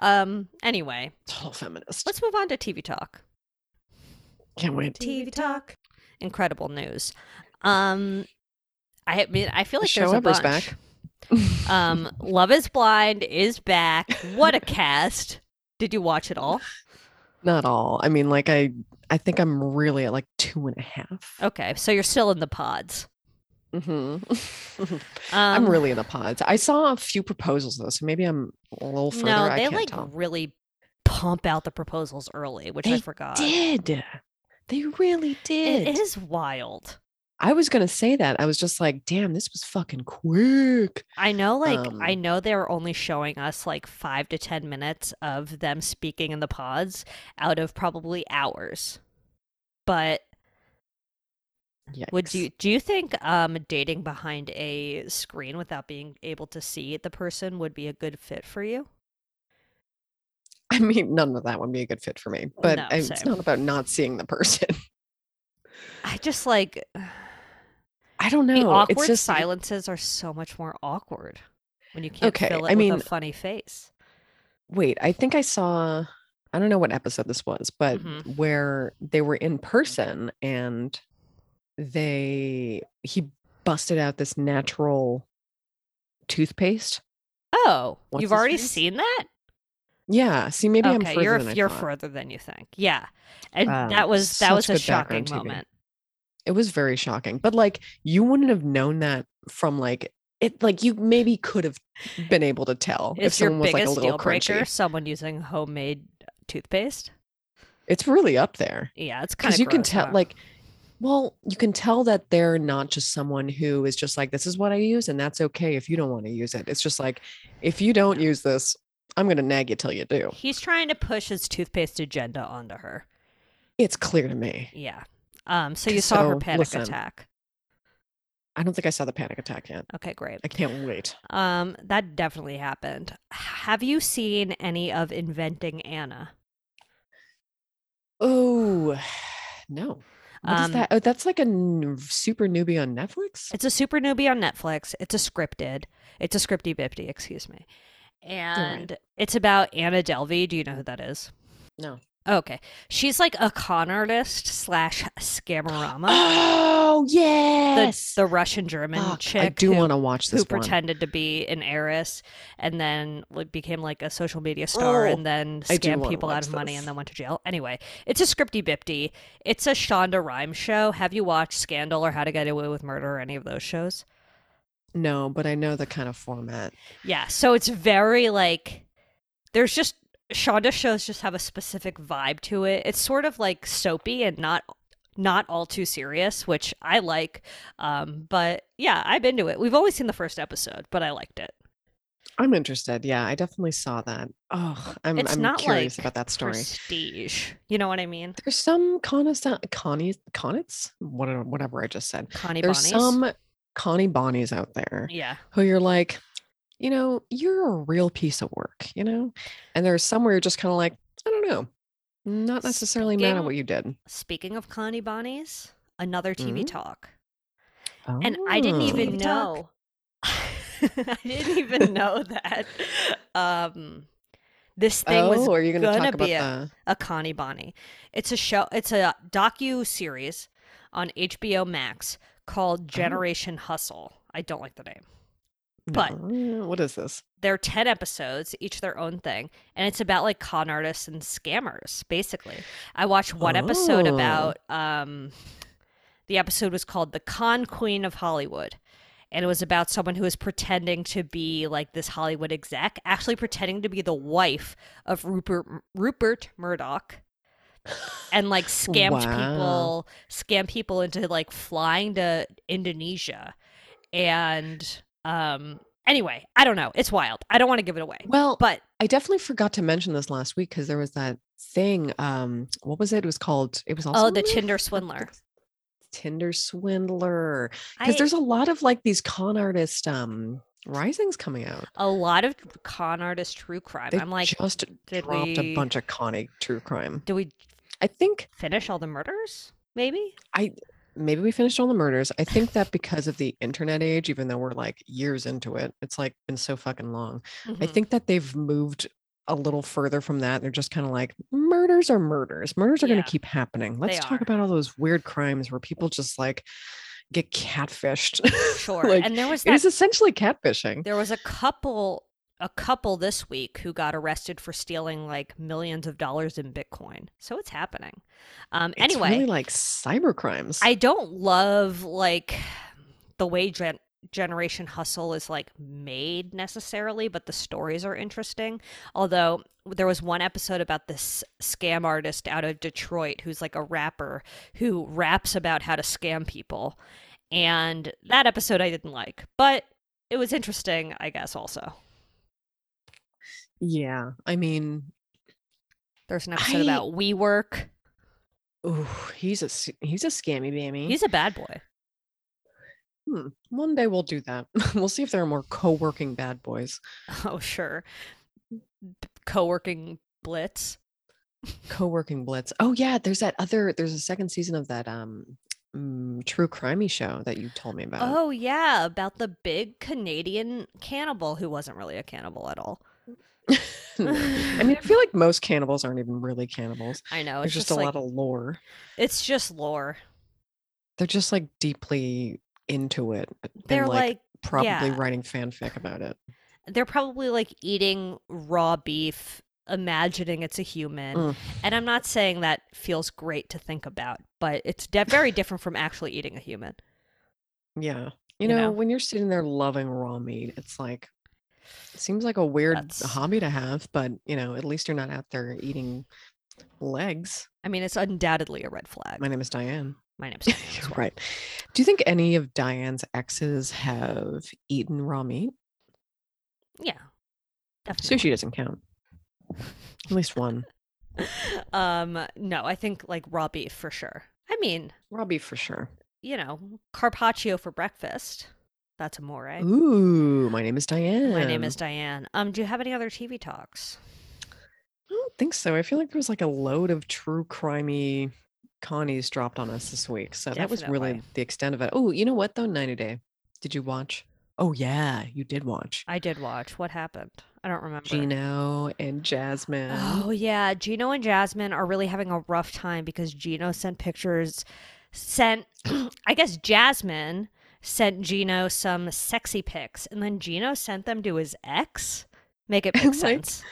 [SPEAKER 3] Um. Anyway,
[SPEAKER 2] Total feminist.
[SPEAKER 3] let's move on to TV talk.
[SPEAKER 2] Can't wait.
[SPEAKER 3] TV talk. Incredible news. Um. I mean, I feel like there's a
[SPEAKER 2] Showeber's
[SPEAKER 3] bunch.
[SPEAKER 2] back.
[SPEAKER 3] Um, Love Is Blind is back. What a cast! Did you watch it all?
[SPEAKER 2] Not all. I mean, like I, I think I'm really at like two and a half.
[SPEAKER 3] Okay, so you're still in the pods.
[SPEAKER 2] Mhm.
[SPEAKER 3] Um,
[SPEAKER 2] I'm really in the pods. I saw a few proposals though, so maybe I'm a little further.
[SPEAKER 3] no.
[SPEAKER 2] I
[SPEAKER 3] They
[SPEAKER 2] can't
[SPEAKER 3] like
[SPEAKER 2] tell.
[SPEAKER 3] really pump out the proposals early, which I
[SPEAKER 2] They
[SPEAKER 3] forgot.
[SPEAKER 2] did. They really did.
[SPEAKER 3] It is wild.
[SPEAKER 2] I was gonna say that. I was just like, damn, this was fucking quick.
[SPEAKER 3] I know, like, I
[SPEAKER 2] Um,
[SPEAKER 3] know they were only showing us like five to ten minutes of them speaking in the pods out of probably hours. But would
[SPEAKER 2] Yikes.
[SPEAKER 3] you do you think um dating behind a screen without being able to see the person would be a good fit for you?
[SPEAKER 2] I mean, none of that would be a good fit for me. But
[SPEAKER 3] No,
[SPEAKER 2] I- it's
[SPEAKER 3] same.
[SPEAKER 2] not about not seeing the person.
[SPEAKER 3] I just like
[SPEAKER 2] I don't know.
[SPEAKER 3] the awkward
[SPEAKER 2] it's just
[SPEAKER 3] silences are so much more awkward when you can't
[SPEAKER 2] Okay,
[SPEAKER 3] fill it
[SPEAKER 2] I
[SPEAKER 3] with
[SPEAKER 2] mean-
[SPEAKER 3] a funny face.
[SPEAKER 2] wait. I think I saw. I don't know what episode this was, but
[SPEAKER 3] Mhm.
[SPEAKER 2] where they were in person and they he busted out this natural toothpaste.
[SPEAKER 3] Oh,
[SPEAKER 2] What's
[SPEAKER 3] you've
[SPEAKER 2] his
[SPEAKER 3] already
[SPEAKER 2] face?
[SPEAKER 3] seen that?
[SPEAKER 2] Yeah. See, maybe I'm
[SPEAKER 3] okay,
[SPEAKER 2] further
[SPEAKER 3] you're
[SPEAKER 2] than I
[SPEAKER 3] you're
[SPEAKER 2] thought.
[SPEAKER 3] further than you think. Yeah, and
[SPEAKER 2] Wow.
[SPEAKER 3] that was that was
[SPEAKER 2] Such
[SPEAKER 3] a
[SPEAKER 2] good background
[SPEAKER 3] shocking
[SPEAKER 2] TV.
[SPEAKER 3] moment.
[SPEAKER 2] it was very shocking but like you wouldn't have known that from like it like you maybe could have been able to tell if
[SPEAKER 3] It's your
[SPEAKER 2] someone was
[SPEAKER 3] biggest
[SPEAKER 2] like a little
[SPEAKER 3] deal
[SPEAKER 2] crunchy
[SPEAKER 3] breaker. Someone using homemade toothpaste.
[SPEAKER 2] it's really up there
[SPEAKER 3] Yeah, it's kind
[SPEAKER 2] because
[SPEAKER 3] of
[SPEAKER 2] you can tell like well you can tell that they're not just someone who is just like this is what i use and that's okay if you don't want to use it it's just like if you don't use this i'm going to nag you till you do
[SPEAKER 3] he's trying to push his toothpaste agenda onto her.
[SPEAKER 2] it's clear to me
[SPEAKER 3] Yeah. Um. So you saw her
[SPEAKER 2] So,
[SPEAKER 3] panic
[SPEAKER 2] listen.
[SPEAKER 3] attack.
[SPEAKER 2] i don't think i saw the panic attack yet
[SPEAKER 3] Okay, great.
[SPEAKER 2] i can't wait
[SPEAKER 3] Um, that definitely happened. Have you seen any of Inventing Anna?
[SPEAKER 2] oh no What is
[SPEAKER 3] Um,
[SPEAKER 2] that? Oh, that's like a n- super newbie on Netflix.
[SPEAKER 3] It's a super newbie on Netflix. It's a scripted. It's a scripty bipty, excuse me. And it's about Anna Delvey. Do you know who that is?
[SPEAKER 2] No.
[SPEAKER 3] Okay. She's like a con artist slash scamorama.
[SPEAKER 2] Oh
[SPEAKER 3] the,
[SPEAKER 2] yes,
[SPEAKER 3] the Russian German
[SPEAKER 2] Fuck,
[SPEAKER 3] chick
[SPEAKER 2] I do
[SPEAKER 3] who,
[SPEAKER 2] want to watch this
[SPEAKER 3] who
[SPEAKER 2] one.
[SPEAKER 3] pretended to be an heiress and then like, became like a social media star
[SPEAKER 2] Oh,
[SPEAKER 3] and then
[SPEAKER 2] I do
[SPEAKER 3] scammed
[SPEAKER 2] wanna
[SPEAKER 3] people out
[SPEAKER 2] watch
[SPEAKER 3] of money
[SPEAKER 2] this.
[SPEAKER 3] and then went to jail. Anyway, it's a scripty bipty. It's a Shonda Rhimes show. Have you watched Scandal or How to Get Away with Murder or any of those shows?
[SPEAKER 2] no, but I know the kind of format.
[SPEAKER 3] Yeah, so it's very like there's just Shonda shows just have a specific vibe to it. It's sort of like soapy and not not all too serious, which I like. Um, but yeah, I'm into it. We've only seen the first episode, but I liked it.
[SPEAKER 2] I'm interested. Yeah, I definitely saw that. Oh, I'm
[SPEAKER 3] it's
[SPEAKER 2] I'm
[SPEAKER 3] not
[SPEAKER 2] curious
[SPEAKER 3] like
[SPEAKER 2] about that story.
[SPEAKER 3] prestige. You know what I mean?
[SPEAKER 2] There's some Connors, Connie, Connets, whatever, whatever I just said.
[SPEAKER 3] Connie
[SPEAKER 2] There's
[SPEAKER 3] Bonnies.
[SPEAKER 2] some Connie Bonnies out there
[SPEAKER 3] Yeah,
[SPEAKER 2] who you're like, you know, you're a real piece of work, you know, and there's some where you're just kind of like, I don't know, not necessarily mad at
[SPEAKER 3] Speaking-
[SPEAKER 2] what you did.
[SPEAKER 3] speaking of Connie Bonnies, another TV
[SPEAKER 2] Mm.
[SPEAKER 3] talk. And I didn't
[SPEAKER 2] Oh.
[SPEAKER 3] even know. I didn't even know that. Um, this thing
[SPEAKER 2] oh,
[SPEAKER 3] was
[SPEAKER 2] are you gonna,
[SPEAKER 3] gonna
[SPEAKER 2] talk about
[SPEAKER 3] be
[SPEAKER 2] the?
[SPEAKER 3] a Connie Bonnie. It's a show. It's a docu series on HBO Max called Generation Hustle. I don't like the name. but-
[SPEAKER 2] No, what is this?
[SPEAKER 3] They're ten episodes, each their own thing, and it's about like con artists and scammers, basically. I watched one episode
[SPEAKER 2] Oh.
[SPEAKER 3] about. Um, the episode was called "The Con Queen of Hollywood." And it was about someone who was pretending to be like this Hollywood exec, actually pretending to be the wife of Rupert Rupert Murdoch, and like scammed
[SPEAKER 2] Wow.
[SPEAKER 3] people scam people into like flying to Indonesia and um anyway I don't know it's wild I don't want to give it away
[SPEAKER 2] Well,
[SPEAKER 3] but
[SPEAKER 2] I definitely forgot to mention this last week because there was that thing. Um, what was it? It was called. It was also
[SPEAKER 3] oh the
[SPEAKER 2] on
[SPEAKER 3] Tinder
[SPEAKER 2] Netflix?
[SPEAKER 3] swindler
[SPEAKER 2] Tinder swindler.
[SPEAKER 3] I-
[SPEAKER 2] Because there's a lot of like these con artist um risings coming out.
[SPEAKER 3] a lot of con artist true crime
[SPEAKER 2] They
[SPEAKER 3] I'm like
[SPEAKER 2] just
[SPEAKER 3] did
[SPEAKER 2] dropped
[SPEAKER 3] we-
[SPEAKER 2] a bunch of Connie true crime.
[SPEAKER 3] do we
[SPEAKER 2] I think
[SPEAKER 3] finish all the murders maybe
[SPEAKER 2] maybe we finished all the murders. I think that because of the internet age, even though we're like years into it, it's like been so fucking long. I
[SPEAKER 3] Mhm.
[SPEAKER 2] think that they've moved a little further from that. They're just kind of like murders are murders. Murders are
[SPEAKER 3] Yeah,
[SPEAKER 2] going to keep happening. Let's
[SPEAKER 3] they
[SPEAKER 2] talk
[SPEAKER 3] are.
[SPEAKER 2] about all those weird crimes where people just like, get catfished.
[SPEAKER 3] Sure.
[SPEAKER 2] Like,
[SPEAKER 3] and there was
[SPEAKER 2] it
[SPEAKER 3] that
[SPEAKER 2] is essentially catfishing.
[SPEAKER 3] There was a couple a couple this week who got arrested for stealing like millions of dollars in Bitcoin. So it's happening. Um
[SPEAKER 2] It's
[SPEAKER 3] anyway,
[SPEAKER 2] really like cyber crimes.
[SPEAKER 3] I don't love like the way gen- generation hustle is like made necessarily, but the stories are interesting. Although there was one episode about this scam artist out of Detroit who's like a rapper who raps about how to scam people. And that episode I didn't like, but it was interesting, I guess also.
[SPEAKER 2] yeah, I mean,
[SPEAKER 3] There's an episode
[SPEAKER 2] I-
[SPEAKER 3] about WeWork.
[SPEAKER 2] ooh, he's a s- he's a scammy baby.
[SPEAKER 3] He's a bad boy.
[SPEAKER 2] Hmm, One day we'll do that. we'll see if there are more co-working bad boys.
[SPEAKER 3] Oh, sure. Co-working blitz.
[SPEAKER 2] Co-working blitz. Oh yeah, there's that other. There's a second season of that um mm, true crimey show that you told me about.
[SPEAKER 3] Oh yeah, about the big Canadian cannibal who wasn't really a cannibal at all.
[SPEAKER 2] I mean, I feel like most cannibals aren't even really cannibals.
[SPEAKER 3] I know
[SPEAKER 2] There's
[SPEAKER 3] it's
[SPEAKER 2] just, a
[SPEAKER 3] just, like,
[SPEAKER 2] lot of lore.
[SPEAKER 3] it's just lore.
[SPEAKER 2] They're just like deeply into it. and,
[SPEAKER 3] They're like,
[SPEAKER 2] probably
[SPEAKER 3] yeah.
[SPEAKER 2] writing fanfic about it.
[SPEAKER 3] they're probably like eating raw beef, imagining it's a human.
[SPEAKER 2] Mm.
[SPEAKER 3] And I'm not saying that feels great to think about, but it's de- very different from actually eating a human.
[SPEAKER 2] Yeah. You
[SPEAKER 3] You
[SPEAKER 2] know,
[SPEAKER 3] know?
[SPEAKER 2] when you're sitting there loving raw meat, it's like it seems like a weird
[SPEAKER 3] That's-
[SPEAKER 2] hobby to have, but you know, at least you're not out there eating legs.
[SPEAKER 3] I mean, it's undoubtedly a red flag.
[SPEAKER 2] My name is Diane.
[SPEAKER 3] My name's
[SPEAKER 2] You're
[SPEAKER 3] Diane as well.
[SPEAKER 2] right. Do you think any of Diane's exes have eaten raw meat?
[SPEAKER 3] Yeah, definitely.
[SPEAKER 2] Sushi doesn't count. At least one.
[SPEAKER 3] Um, no, I think like raw beef for sure. I mean,
[SPEAKER 2] Raw beef for sure.
[SPEAKER 3] you know, carpaccio for breakfast. That's amore.
[SPEAKER 2] Ooh, my name is Diane.
[SPEAKER 3] My name is Diane. Um, do you have any other TV talks?
[SPEAKER 2] I don't think so. I feel like there was like a load of true crimey Connie's dropped on us this week. So that was really
[SPEAKER 3] Definitely.
[SPEAKER 2] the extent of it. Oh, you know what though? 90 Day. Did you watch? Oh yeah, you did watch.
[SPEAKER 3] I did watch. What happened? I don't remember.
[SPEAKER 2] Gino and Jasmine.
[SPEAKER 3] Oh yeah, Gino and Jasmine are really having a rough time because Gino sent pictures sent I guess Jasmine sent Gino some sexy pics and then Gino sent them to his ex. Make it make
[SPEAKER 2] Like-
[SPEAKER 3] sense.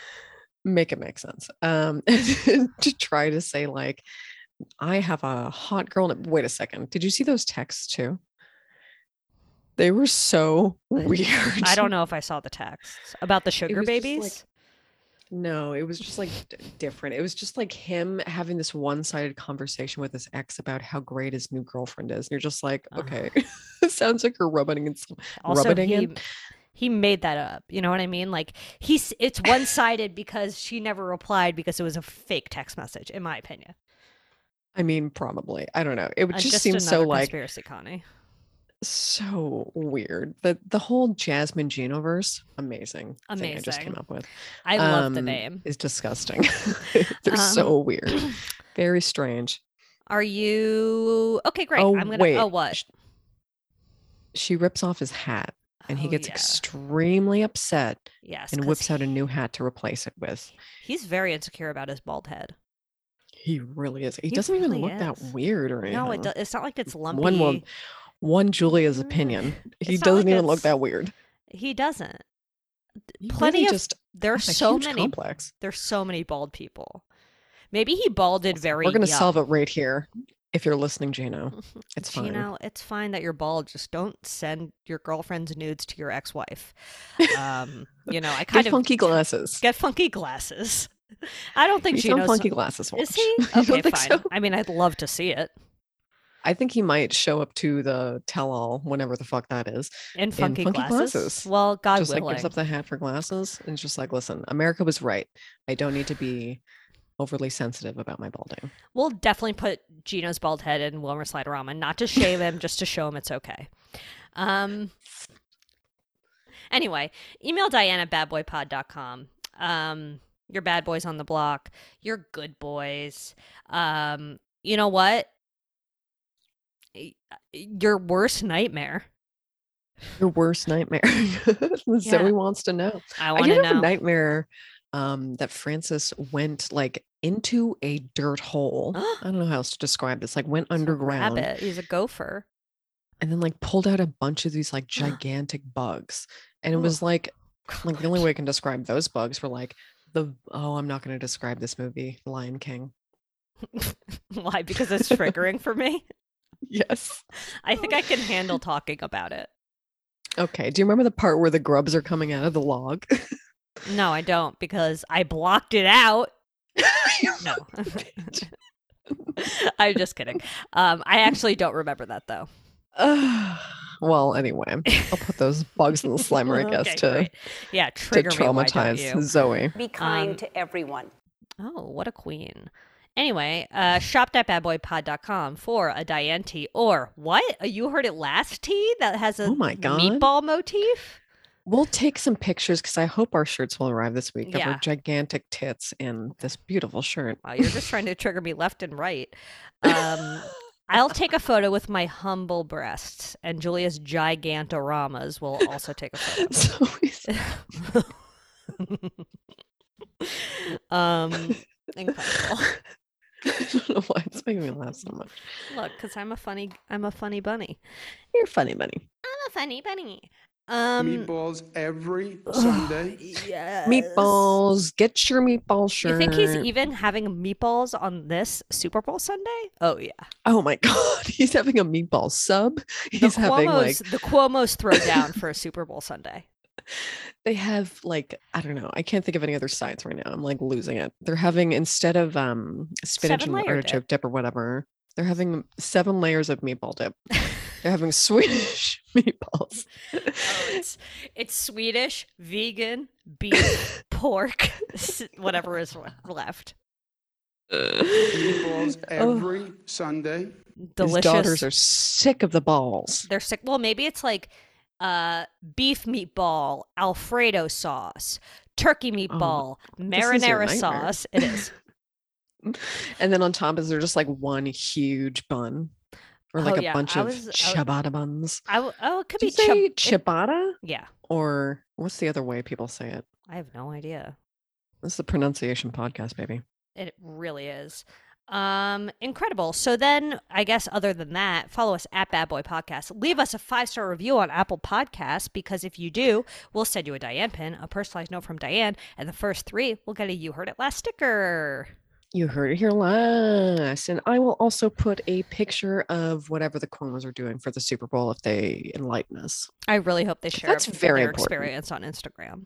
[SPEAKER 2] Make it make sense. Um to try to say like I have a hot girl. na- Wait a second. Did you see those texts too? They were so weird.
[SPEAKER 3] I don't know if I saw the texts about the sugar
[SPEAKER 2] was just,
[SPEAKER 3] babies.
[SPEAKER 2] like, No, it was just like d- different. It was just like him having this one-sided conversation with his ex about how great his new girlfriend is. And you're just like,
[SPEAKER 3] Uh-huh.
[SPEAKER 2] okay, sounds like you're rubbing in some.
[SPEAKER 3] also
[SPEAKER 2] rubbing
[SPEAKER 3] he,
[SPEAKER 2] in.
[SPEAKER 3] he made that up you know what i mean like he's it's one-sided because she never replied because it was a fake text message in my opinion
[SPEAKER 2] I mean, probably. I don't know. It would
[SPEAKER 3] Uh,
[SPEAKER 2] just, seem so
[SPEAKER 3] another
[SPEAKER 2] like
[SPEAKER 3] conspiracy connie
[SPEAKER 2] so weird. The the whole Jasmine Genoverse, amazing. Thing I just
[SPEAKER 3] Amazing.
[SPEAKER 2] came up with.
[SPEAKER 3] i love the
[SPEAKER 2] um,
[SPEAKER 3] name Um,
[SPEAKER 2] Is disgusting. They're so weird. Very strange.
[SPEAKER 3] are you okay great
[SPEAKER 2] Oh,
[SPEAKER 3] i'm gonna
[SPEAKER 2] wait.
[SPEAKER 3] oh what
[SPEAKER 2] Sh- She rips off his hat and he
[SPEAKER 3] Oh,
[SPEAKER 2] gets
[SPEAKER 3] yeah.
[SPEAKER 2] extremely upset
[SPEAKER 3] yes
[SPEAKER 2] and
[SPEAKER 3] 'cause
[SPEAKER 2] whips out a
[SPEAKER 3] he-
[SPEAKER 2] new hat to replace it with.
[SPEAKER 3] he's very insecure about his bald head
[SPEAKER 2] He really is. He,
[SPEAKER 3] He
[SPEAKER 2] doesn't even
[SPEAKER 3] really
[SPEAKER 2] look that
[SPEAKER 3] is.
[SPEAKER 2] weird or anything.
[SPEAKER 3] no it do- it's not like it's lumpy
[SPEAKER 2] One will- One Julia's opinion. He
[SPEAKER 3] It's not like
[SPEAKER 2] doesn't even look
[SPEAKER 3] it's-
[SPEAKER 2] that weird.
[SPEAKER 3] he doesn't
[SPEAKER 2] He
[SPEAKER 3] plenty
[SPEAKER 2] really
[SPEAKER 3] of-
[SPEAKER 2] just
[SPEAKER 3] there's
[SPEAKER 2] has a
[SPEAKER 3] so
[SPEAKER 2] huge
[SPEAKER 3] many
[SPEAKER 2] complex.
[SPEAKER 3] there's so many bald people maybe he balded very
[SPEAKER 2] We're gonna
[SPEAKER 3] young.
[SPEAKER 2] solve it right here. If you're listening, Jano, it's fine.
[SPEAKER 3] You know, it's fine that you're bald. Just don't send your girlfriend's nudes to your ex-wife. Um, you know, I kind
[SPEAKER 2] Get
[SPEAKER 3] of
[SPEAKER 2] funky glasses.
[SPEAKER 3] get funky glasses. I don't think
[SPEAKER 2] He's
[SPEAKER 3] Gino's
[SPEAKER 2] on funky glasses. Watch.
[SPEAKER 3] Is he?
[SPEAKER 2] You don't
[SPEAKER 3] Okay,
[SPEAKER 2] think
[SPEAKER 3] fine.
[SPEAKER 2] so?
[SPEAKER 3] I mean, I'd love to see it
[SPEAKER 2] I think he might show up to the tell-all whenever the fuck that is.
[SPEAKER 3] in funky,
[SPEAKER 2] funky
[SPEAKER 3] glasses.
[SPEAKER 2] glasses.
[SPEAKER 3] Well, God
[SPEAKER 2] just like
[SPEAKER 3] willing.
[SPEAKER 2] gives up the hat for glasses and is just like, listen, America was right. I don't need to be overly sensitive about my balding.
[SPEAKER 3] We'll definitely put Gino's bald head in Wilmer Sliderama, not to shame him, just to show him it's okay. Um. Anyway, email Diana at badboypod.com. Um, your bad boys on the block. Your good boys. Um, you know what? Y- Your worst nightmare.
[SPEAKER 2] Your worst nightmare. Zoe wants to know.
[SPEAKER 3] I
[SPEAKER 2] I,
[SPEAKER 3] want
[SPEAKER 2] did
[SPEAKER 3] to
[SPEAKER 2] have
[SPEAKER 3] know.
[SPEAKER 2] a nightmare um, that Francis went like into a dirt hole. I don't know how else to describe this. Like went
[SPEAKER 3] It's a
[SPEAKER 2] underground
[SPEAKER 3] Rabbit. He's a gopher.
[SPEAKER 2] and then like pulled out a bunch of these like gigantic bugs. And it was like like the only way I can describe those bugs were like the oh, I'm not gonna describe this movie, Lion King.
[SPEAKER 3] Why? Because it's triggering for me.
[SPEAKER 2] Yes.
[SPEAKER 3] I think I can handle talking about it.
[SPEAKER 2] Okay. Do you remember the part where the grubs are coming out of the log?
[SPEAKER 3] No, I don't because I blocked it out. No. I'm just kidding. Um, I actually don't remember that though.
[SPEAKER 2] Ugh. well, anyway, I'll put those bugs in the slimer, I guess,
[SPEAKER 3] Okay,
[SPEAKER 2] to
[SPEAKER 3] great. yeah,
[SPEAKER 2] to
[SPEAKER 3] trigger Me, why
[SPEAKER 2] traumatize
[SPEAKER 3] don't you?
[SPEAKER 2] Zoe.
[SPEAKER 7] Be kind
[SPEAKER 3] Um,
[SPEAKER 7] to everyone.
[SPEAKER 3] Oh, what a queen. Anyway, uh, shop.badboypod.com for a Diane tee or what? Uh, You heard it last tee that has a
[SPEAKER 2] Oh my God.
[SPEAKER 3] meatball motif?
[SPEAKER 2] We'll take some pictures because I hope our shirts will arrive this week of
[SPEAKER 3] Yeah.
[SPEAKER 2] our gigantic tits and this beautiful shirt.
[SPEAKER 3] Wow, you're just trying to trigger me left and right. Um, I'll take a photo with my humble breasts, and Julia's gigantoramas will also take a photo.
[SPEAKER 2] Zoe's
[SPEAKER 3] Um, incredible.
[SPEAKER 2] I don't know why it's making me laugh so much.
[SPEAKER 3] Look, because I'm a funny, I'm a funny bunny.
[SPEAKER 2] You're funny, bunny.
[SPEAKER 3] I'm a funny bunny. Um,
[SPEAKER 4] Meatballs every Sunday.
[SPEAKER 3] yes.
[SPEAKER 2] Meatballs, get your meatball shirt.
[SPEAKER 3] You think he's even having meatballs on this Super Bowl Sunday? Oh yeah,
[SPEAKER 2] oh my god, he's having a meatball sub. He's
[SPEAKER 3] the
[SPEAKER 2] having like
[SPEAKER 3] Cuomo's, the Cuomo's throw down for a Super Bowl Sunday.
[SPEAKER 2] they have like I don't know. I can't think of any other sides right now. I'm like losing it. They're having instead of um spinach and
[SPEAKER 3] Seven-layer dip.
[SPEAKER 2] artichoke dip. or whatever, they're having seven layers of meatball dip. they're having Swedish meatballs.
[SPEAKER 3] Oh, it's it's Swedish, vegan, beef, pork, s- whatever is le- left.
[SPEAKER 4] Meatballs
[SPEAKER 2] Oh,
[SPEAKER 4] every Sunday.
[SPEAKER 2] his
[SPEAKER 3] Delicious.
[SPEAKER 2] daughters are sick of the balls.
[SPEAKER 3] They're sick. Well, maybe it's like uh, beef meatball, Alfredo sauce, turkey meatball,
[SPEAKER 2] Oh, is your
[SPEAKER 3] marinara
[SPEAKER 2] nightmare.
[SPEAKER 3] sauce. It is.
[SPEAKER 2] And then on top is they're just like one huge bun. Or
[SPEAKER 3] Oh,
[SPEAKER 2] like a
[SPEAKER 3] yeah,
[SPEAKER 2] bunch
[SPEAKER 3] I
[SPEAKER 2] of
[SPEAKER 3] was- I was-
[SPEAKER 2] ciabatta buns.
[SPEAKER 3] I w- oh, it could
[SPEAKER 2] Do you
[SPEAKER 3] be chub-
[SPEAKER 2] say
[SPEAKER 3] it-
[SPEAKER 2] ciabatta?
[SPEAKER 3] yeah,
[SPEAKER 2] Or what's the other way people say it?
[SPEAKER 3] I have no idea.
[SPEAKER 2] This is a pronunciation podcast, baby.
[SPEAKER 3] It really is. Um, incredible. So then I guess other than that, follow us at Bad Boy Podcast. Leave us a five star review on Apple Podcasts because if you do, we'll send you a Diane pin, a personalized note from Diane, and the first three will get a You Heard It Last sticker.
[SPEAKER 2] You heard it here last. And I will also put a picture of whatever the Cuomo's are doing for the Super Bowl if they enlighten us.
[SPEAKER 3] I really hope they share
[SPEAKER 2] That's very
[SPEAKER 3] their
[SPEAKER 2] important.
[SPEAKER 3] experience on Instagram.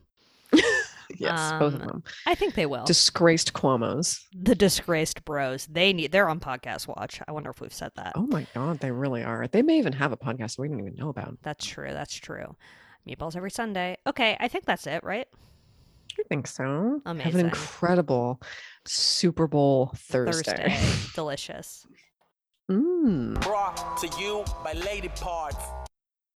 [SPEAKER 2] Yes, both of
[SPEAKER 3] Um,
[SPEAKER 2] them.
[SPEAKER 3] I think they will.
[SPEAKER 2] Disgraced Cuomo's.
[SPEAKER 3] the disgraced bros. They need they're on podcast watch. I wonder if we've said that.
[SPEAKER 2] Oh my God, they really are. They may even have a podcast we didn't even know about.
[SPEAKER 3] That's true. That's true. Meatballs every Sunday. Okay, I think that's it, right?
[SPEAKER 2] I think so. Have an
[SPEAKER 3] Amazing.
[SPEAKER 2] incredible Super Bowl Thursday.
[SPEAKER 3] Delicious.
[SPEAKER 2] Mm.
[SPEAKER 1] Brought to you by Lady Parts.